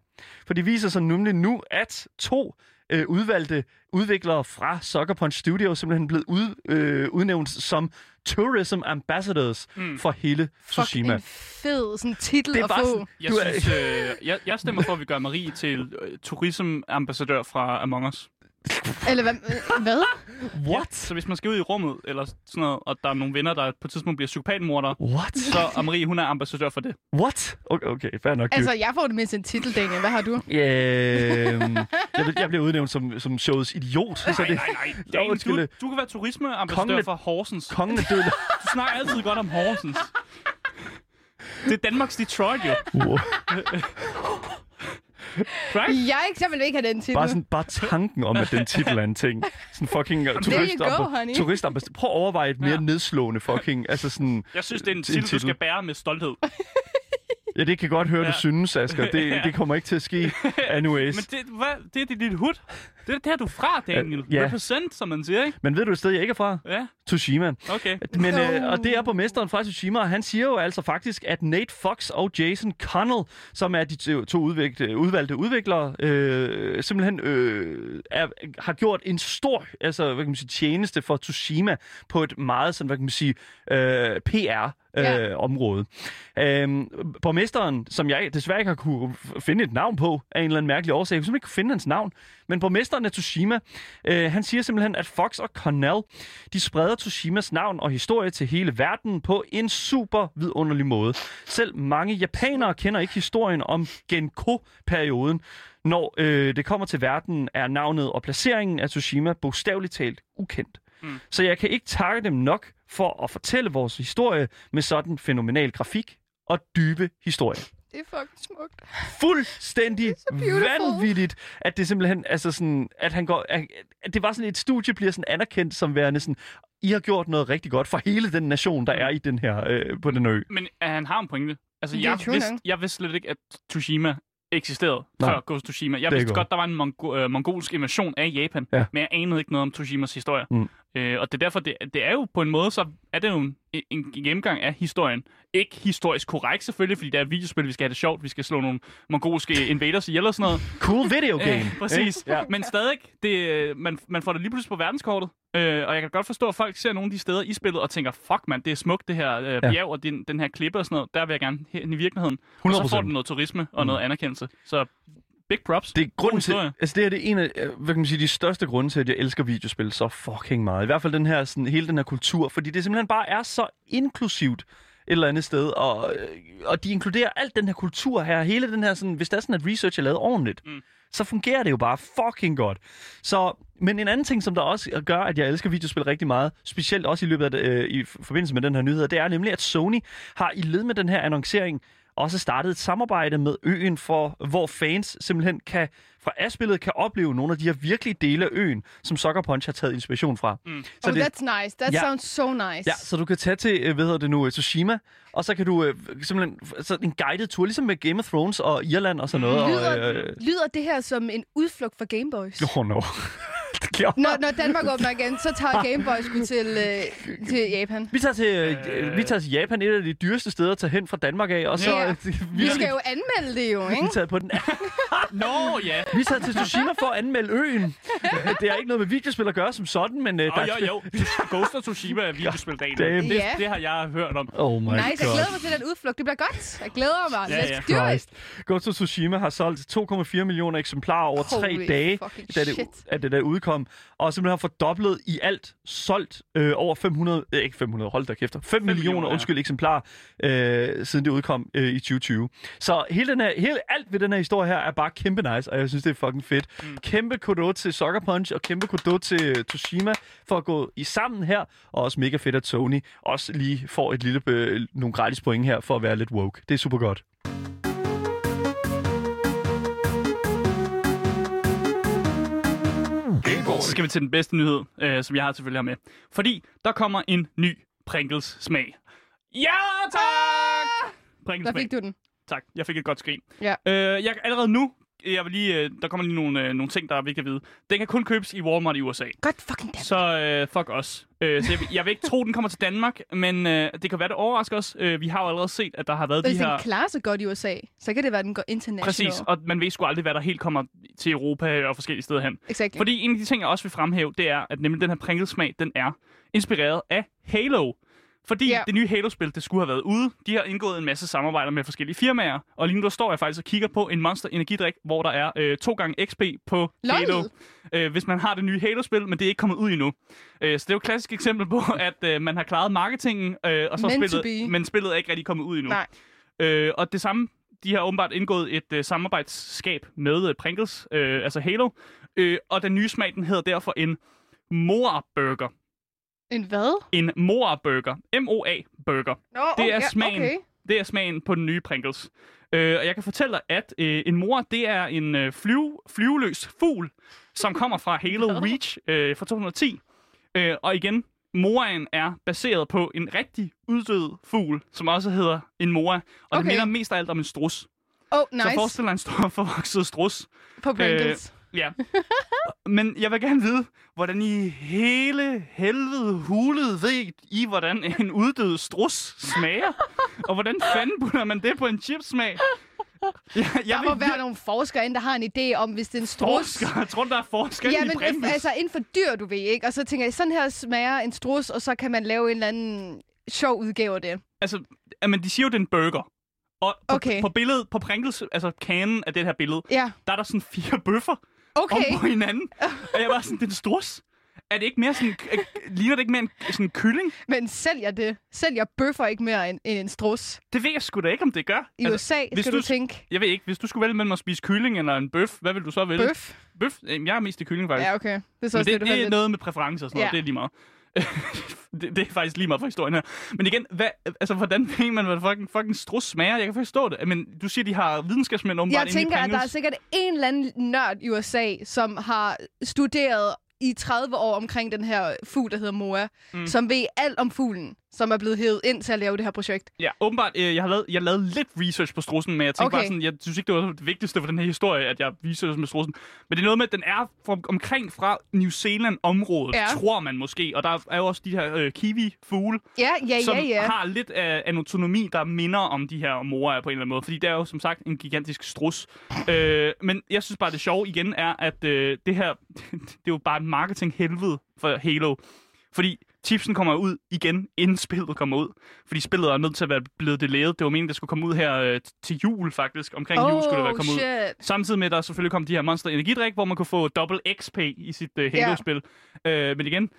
[SPEAKER 3] for det viser sig nemlig nu, at to øh, udvalgte udviklere fra Sucker Punch Studio simpelthen er blevet ud, øh, udnævnt som Tourism Ambassadors mm. for hele Tsushima.
[SPEAKER 5] Fuck, en fed sådan, titel
[SPEAKER 3] Det er
[SPEAKER 5] at
[SPEAKER 3] bare
[SPEAKER 5] få.
[SPEAKER 3] sådan,
[SPEAKER 4] Jeg,
[SPEAKER 3] du er,
[SPEAKER 4] synes, øh, jeg, jeg stemmer for, at vi gør Marie til øh, turismambassadør fra Among Us.
[SPEAKER 5] Eller
[SPEAKER 3] <laughs>
[SPEAKER 5] hvad? øh, hvad?
[SPEAKER 3] what?
[SPEAKER 4] Så hvis man skal ud i rummet, eller sådan noget, og der er nogle venner, der på et tidspunkt bliver psykopatmordere,
[SPEAKER 3] What?
[SPEAKER 4] så er Marie, hun er ambassadør for det.
[SPEAKER 3] What? Okay, okay fair nok.
[SPEAKER 5] Altså, jeg får det mindst en titel, Daniel. Hvad har du?
[SPEAKER 3] Øhm, jeg, blev- jeg blev udnævnt som, som showets idiot, så det
[SPEAKER 4] nej,
[SPEAKER 3] Jo,
[SPEAKER 4] Dan,
[SPEAKER 3] undskyld.
[SPEAKER 4] du, du kan være turismeambassadør
[SPEAKER 3] Kongen-
[SPEAKER 4] for Horsens.
[SPEAKER 3] kongen er død.
[SPEAKER 4] Du snakker altid godt om Horsens. <laughs> Det er Danmarks Detroit, jo.
[SPEAKER 3] Wow.
[SPEAKER 4] Right?
[SPEAKER 5] Jeg, jeg vil ikke have den titel.
[SPEAKER 3] Bare, sådan, bare tanken om, at den titel er en ting. Sådan fucking uh,
[SPEAKER 5] you
[SPEAKER 3] turistamba-
[SPEAKER 5] go, honey.
[SPEAKER 3] turistambassadør. Prøv at overveje et mere
[SPEAKER 4] Ja.
[SPEAKER 3] nedslående fucking... Altså sådan,
[SPEAKER 4] Jeg synes, det er en
[SPEAKER 3] En
[SPEAKER 4] titel, du
[SPEAKER 3] titel.
[SPEAKER 4] skal bære med stolthed.
[SPEAKER 3] Ja, det kan jeg godt høre, ja.
[SPEAKER 4] Ja.
[SPEAKER 3] du synes, Asger. Det,
[SPEAKER 4] <laughs> Ja.
[SPEAKER 3] det kommer ikke til at
[SPEAKER 4] <laughs>
[SPEAKER 3] ske anyways.
[SPEAKER 4] Men det, hvad, det er dit lille hud. Det er der, du er fra, Daniel.
[SPEAKER 3] Øh, ja.
[SPEAKER 4] Represent, som man siger, ikke?
[SPEAKER 3] Men ved du et sted, jeg ikke er fra?
[SPEAKER 4] Ja.
[SPEAKER 3] Tsushima.
[SPEAKER 4] Okay.
[SPEAKER 3] <laughs> Men,
[SPEAKER 5] No.
[SPEAKER 3] øh, og det er borgmesteren fra Tsushima, og han siger jo altså faktisk, at Nate Fox og Jason Connell, som er de to to udvikle, udvalgte udviklere, øh, simpelthen øh, er, har gjort en stor altså, hvad kan man sige, tjeneste for Tsushima på et meget sådan, hvad kan man sige, øh, PR
[SPEAKER 5] Ja.
[SPEAKER 3] øh, område. Øhm, borgmesteren, som jeg desværre ikke har kunne f- finde et navn på, af en eller anden mærkelig årsag, jeg kunne simpelthen ikke finde hans navn, men borgmesteren af Tsushima, øh, han siger simpelthen, at Fox og Cornell, de spreder Tsushimas navn og historie til hele verden på en super vidunderlig måde. Selv mange japanere kender ikke historien om Genko-perioden, når øh, det kommer til verden, er navnet og placeringen af Tsushima bogstaveligt talt ukendt. Mm. Så jeg kan ikke takke dem nok for at fortælle vores historie med sådan fænomenal grafik og dybe historie.
[SPEAKER 5] Det er fucking smukt.
[SPEAKER 3] Fuldstændig
[SPEAKER 5] beautiful.
[SPEAKER 3] vanvittigt, at det simpelthen, altså sådan, at han går, at, at det var sådan, et studie bliver sådan anerkendt som værende sådan, I har gjort noget rigtig godt for hele den nation, der er i den her, øh, på den ø.
[SPEAKER 4] Men øh, han har en pointe. Altså,
[SPEAKER 5] Det er
[SPEAKER 4] jeg
[SPEAKER 5] true
[SPEAKER 4] vidste,
[SPEAKER 5] nok.
[SPEAKER 4] jeg vidste slet ikke, at Tsushima eksisterede
[SPEAKER 3] Nej.
[SPEAKER 4] Nej. før Ghost of Tsushima. Jeg
[SPEAKER 3] Det er
[SPEAKER 4] vidste
[SPEAKER 3] godt.
[SPEAKER 4] godt, der var en mongo- øh, mongolsk invasion af Japan,
[SPEAKER 3] Ja.
[SPEAKER 4] ja. men jeg anede ikke noget om Tsushimas historie.
[SPEAKER 3] Mm.
[SPEAKER 4] Øh, og det er derfor, det, det er jo på en måde, så er det jo en, en gennemgang af historien. Ikke historisk korrekt selvfølgelig, fordi det er et videospil, vi skal have det sjovt, vi skal slå nogle mongolske invaders ihjel og sådan noget.
[SPEAKER 3] Cool video game.
[SPEAKER 4] Øh, præcis.
[SPEAKER 3] ikke? Ja.
[SPEAKER 4] Ja. Men stadig, det, øh, man, man får det lige pludselig på verdenskortet. Øh, og jeg kan godt forstå, at folk ser nogle af de steder i spillet og tænker, fuck mand, det er smukt det her øh,
[SPEAKER 3] Ja.
[SPEAKER 4] bjerg og den, den her klippe og sådan noget. Der vil jeg gerne hen i virkeligheden. Og så
[SPEAKER 3] 100%. Mm.
[SPEAKER 4] får den noget turisme og noget anerkendelse. Så big props.
[SPEAKER 3] Det er grunden
[SPEAKER 4] God
[SPEAKER 3] til,
[SPEAKER 4] historie.
[SPEAKER 3] altså det her det er en af, øh, hvad kan man sige, de største grunde til, at jeg elsker videospil så fucking meget. I hvert fald den her, sådan, hele den her kultur, fordi det simpelthen bare er så inklusivt et eller andet sted, og, øh, og de inkluderer alt den her kultur her, hele den her sådan, hvis der er sådan, at research er lavet ordentligt, mm. så fungerer det jo bare fucking godt. Så, men en anden ting, som der også gør, at jeg elsker videospil rigtig meget, specielt også i løbet af, det- øh, i forbindelse med den her nyhed, det er nemlig, at Sony har i led med den her annoncering også startet et samarbejde med øen, for, hvor fans simpelthen kan, fra afspillet kan opleve nogle af de her virkelige dele af øen, som Sucker Punch har taget inspiration fra. Mm.
[SPEAKER 5] oh, that's nice. That
[SPEAKER 3] Ja.
[SPEAKER 5] sounds so nice.
[SPEAKER 3] Ja, så du kan tage til, øh, hvad hedder det nu, øh, Tsushima, og så kan du øh, simpelthen f- sådan en guided tour, ligesom med Game of Thrones og Irland og sådan noget.
[SPEAKER 5] Mm. Lyder,
[SPEAKER 3] og, øh,
[SPEAKER 5] lyder det her som en udflugt for Gameboys?
[SPEAKER 3] oh no. <laughs> det kan jeg-
[SPEAKER 5] Når, når Danmark åbner igen, så tager Gameboys sgu til, øh, til Japan.
[SPEAKER 3] Vi tager, til, øh, vi tager til Japan, et af de dyreste steder at tage hen fra Danmark af, og så
[SPEAKER 5] Ja.
[SPEAKER 3] øh, <laughs>
[SPEAKER 5] Vi skal jo anmelde det jo,
[SPEAKER 3] vi
[SPEAKER 5] ikke?
[SPEAKER 3] tager på den.
[SPEAKER 4] Nå ja.
[SPEAKER 3] Vi tager til Tsushima for at anmelde
[SPEAKER 5] <laughs>
[SPEAKER 3] øen. Det har ikke noget med videospil at gøre som sådan, men... Øh,
[SPEAKER 4] Og jo, jo. Ghost of Tsushima er videospildagen.
[SPEAKER 3] Damn.
[SPEAKER 4] Det,
[SPEAKER 5] Ja.
[SPEAKER 4] det har jeg hørt om.
[SPEAKER 3] Oh my
[SPEAKER 5] Nice, jeg
[SPEAKER 3] god.
[SPEAKER 5] glæder mig til den udflugt. Det bliver godt. Jeg glæder mig.
[SPEAKER 4] Ja,
[SPEAKER 5] Let's
[SPEAKER 4] ja.
[SPEAKER 5] do it.
[SPEAKER 3] Christ. Ghost of Tsushima har solgt 2,4 millioner eksemplarer over tre
[SPEAKER 5] Holy
[SPEAKER 3] dage,
[SPEAKER 5] fucking
[SPEAKER 3] da det,
[SPEAKER 5] shit.
[SPEAKER 3] at det der udkom, og simpelthen har fordoblet i alt solgt øh, over 500, øh, ikke 500, hold da kæft, 5, 5 millioner,
[SPEAKER 4] millioner,
[SPEAKER 3] millioner
[SPEAKER 4] ja.
[SPEAKER 3] undskyld, eksemplarer, øh, siden det udkom øh, i 2020. Så hele den her, hele, alt ved den her historie her er bare kæmpe nice, og jeg synes, det er fucking fedt. Mm. Kæmpe kudo til Sucker Punch, og kæmpe kudo til øh, Tsushima for at gå i sammen her, og også mega fedt, at Sony også lige får et lille, øh, nogle gratis point her for at være lidt woke. Det er super godt.
[SPEAKER 4] Så skal vi til den bedste nyhed, øh, som jeg har selvfølgelig her med. Fordi der kommer en ny Pringles smag. Ja, tak! Pringles
[SPEAKER 5] Der
[SPEAKER 4] smag.
[SPEAKER 5] fik du den.
[SPEAKER 4] Tak. Jeg fik et godt skrin.
[SPEAKER 5] Ja.
[SPEAKER 4] Øh, jeg allerede nu, jeg vil lige, øh, der kommer lige nogle, øh, nogle ting, der er vigtige at vide. Den kan kun købes i Walmart i USA.
[SPEAKER 5] Godt fucking damn.
[SPEAKER 4] Så øh, fuck os. Øh, så jeg, vil- jeg vil ikke tro, den kommer til Danmark, men øh, det kan være, det overrasker os. Øh, vi har jo allerede set, at der har været
[SPEAKER 5] Hvis
[SPEAKER 4] de her...
[SPEAKER 5] den klarer sig godt i USA, så kan det være, at den går international.
[SPEAKER 4] Præcis, og man ved sgu aldrig, hvad der helt kommer til Europa og forskellige steder hen.
[SPEAKER 5] Exactly. Fordi...
[SPEAKER 4] Fordi en af de ting, jeg også vil fremhæve, det er, at nemlig den her Pringles-smag, den er inspireret af Halo. Fordi
[SPEAKER 5] Ja.
[SPEAKER 4] yeah. det nye Halo-spil, det skulle have været ude. De har indgået en masse samarbejder med forskellige firmaer. Og lige nu der står jeg faktisk og kigger på en Monster Energidrik, hvor der er øh, to gange XP på
[SPEAKER 5] Lol.
[SPEAKER 4] Halo. Øh, hvis man har det nye Halo-spil, men det er ikke kommet ud endnu. Øh, så det er jo et klassisk eksempel på, <laughs> at øh, man har klaret marketingen, øh, og så er
[SPEAKER 5] Meant to
[SPEAKER 4] spillet,
[SPEAKER 5] be.
[SPEAKER 4] men spillet er ikke rigtig kommet ud endnu.
[SPEAKER 5] Nej.
[SPEAKER 4] Øh, og det samme, de har åbenbart indgået et øh, samarbejdsskab med øh, Pringles, øh, altså Halo. Øh, og den nye smag, den hedder derfor en Moa-burger.
[SPEAKER 5] En hvad?
[SPEAKER 4] En Moa-burger. M-O-A-burger.
[SPEAKER 5] Nå,
[SPEAKER 4] Det er
[SPEAKER 5] Oh, ja,
[SPEAKER 4] smagen.
[SPEAKER 5] Okay.
[SPEAKER 4] Det er smagen på den nye Pringles. Øh, og jeg kan fortælle dig, at øh, en mor, det er en øh, flyve, flyveløs fugl, som kommer fra Halo Reach øh, fra 2010. Øh, og igen, moraen er baseret på en rigtig uddød fugl, som også hedder en mora. Og okay.
[SPEAKER 5] Okay.
[SPEAKER 4] det minder mest af alt om en strus.
[SPEAKER 5] Oh,
[SPEAKER 4] Så Øh,
[SPEAKER 5] nice.
[SPEAKER 4] forestil dig en stor forvokset strus.
[SPEAKER 5] På Pringles.
[SPEAKER 4] Ja. <laughs> Men jeg vil gerne vide, hvordan i hele helvede hulet ved I, hvordan en uddød strus smager? Og hvordan fanden putter man det på en chipsmag? Jeg, jeg
[SPEAKER 5] Der må være nogle forskere inde, der har en idé om, hvis det er en strus.
[SPEAKER 4] forskere. <laughs> Jeg tror, der er forskere
[SPEAKER 5] Ja,
[SPEAKER 4] i
[SPEAKER 5] men
[SPEAKER 4] Brindis.
[SPEAKER 5] altså inden for dyr, du ved, ikke? Og så tænker jeg, sådan her smager en strus, og så kan man lave en eller anden sjov udgave af det.
[SPEAKER 4] altså, men de siger jo, det er en burger. Og på,
[SPEAKER 5] Okay.
[SPEAKER 4] på billedet, på Pringles, altså kanen af det her billede,
[SPEAKER 5] Ja,
[SPEAKER 4] der er der sådan fire bøffer
[SPEAKER 5] okay.
[SPEAKER 4] om på hinanden. Og jeg var sådan, det er en strus. Er det ikke mere sådan, øh, ligner det ikke mere en sådan en kylling?
[SPEAKER 5] Men sælger det? Sælger bøffer ikke mere end, end en strus?
[SPEAKER 4] Det ved jeg sgu da ikke, om det gør.
[SPEAKER 5] I USA,
[SPEAKER 4] Altså, hvis
[SPEAKER 5] skal
[SPEAKER 4] du
[SPEAKER 5] du
[SPEAKER 4] s-
[SPEAKER 5] tænke.
[SPEAKER 4] Jeg ved ikke, hvis du skulle vælge mellem at spise kylling eller en bøf, hvad vil du så vælge?
[SPEAKER 5] Bøf?
[SPEAKER 4] Bøf? Jamen, jeg er mest til kylling, faktisk.
[SPEAKER 5] Ja, okay. Det er så
[SPEAKER 4] Men
[SPEAKER 5] også
[SPEAKER 4] det,
[SPEAKER 5] lidt
[SPEAKER 4] det er
[SPEAKER 5] uheldigt.
[SPEAKER 4] noget med præferencer og sådan noget.
[SPEAKER 5] Ja.
[SPEAKER 4] Det er lige meget. <laughs> det, det er faktisk lige meget for historien her. Men igen, hvad, altså, hvordan ved man, hvad fucking, fucking strus smager? Jeg kan forstå det. Men du siger, de har videnskabsmænd åbenbart
[SPEAKER 5] Jeg tænker,
[SPEAKER 4] inde i
[SPEAKER 5] at der er
[SPEAKER 4] Pringles.
[SPEAKER 5] sikkert en eller anden nørd i USA, som har studeret i 30 år omkring den her fugl, der hedder Moa, mm. som ved alt om fuglen, som er blevet hævet ind til at lave det her projekt.
[SPEAKER 4] Ja, åbenbart, øh, jeg har lavet, jeg lavede lidt research på strussen, men jeg tænkte okay.
[SPEAKER 5] Okay.
[SPEAKER 4] bare sådan, jeg synes ikke, det var det vigtigste for den her historie, at jeg researchede med strussen. Men det er noget med, at den er fra, omkring fra New Zealand-området,
[SPEAKER 5] Ja.
[SPEAKER 4] ja. tror man måske. Og der er jo også de her øh, kiwi-fugle,
[SPEAKER 5] Ja, ja,
[SPEAKER 4] som
[SPEAKER 5] ja, ja.
[SPEAKER 4] har lidt af en autonomi, der minder om de her morer på en eller anden måde. Fordi det er jo som sagt en gigantisk strus. Øh, men jeg synes bare, det sjove igen er, at øh, det her, <laughs> det er jo bare et marketing-helvede for Halo. Fordi chipsen kommer ud igen, inden spillet kommer ud. Fordi spillet er nødt til at være blevet delayet. Det var meningen, det skulle komme ud her øh, til jul faktisk. Omkring jul skulle det være kommet ud.
[SPEAKER 5] shit.
[SPEAKER 4] Samtidig med, at der selvfølgelig kom de her Monster Energidrik, hvor man kunne få dobbelt XP i sit uh,
[SPEAKER 5] Ja.
[SPEAKER 4] Halo-spil. Øh, men igen,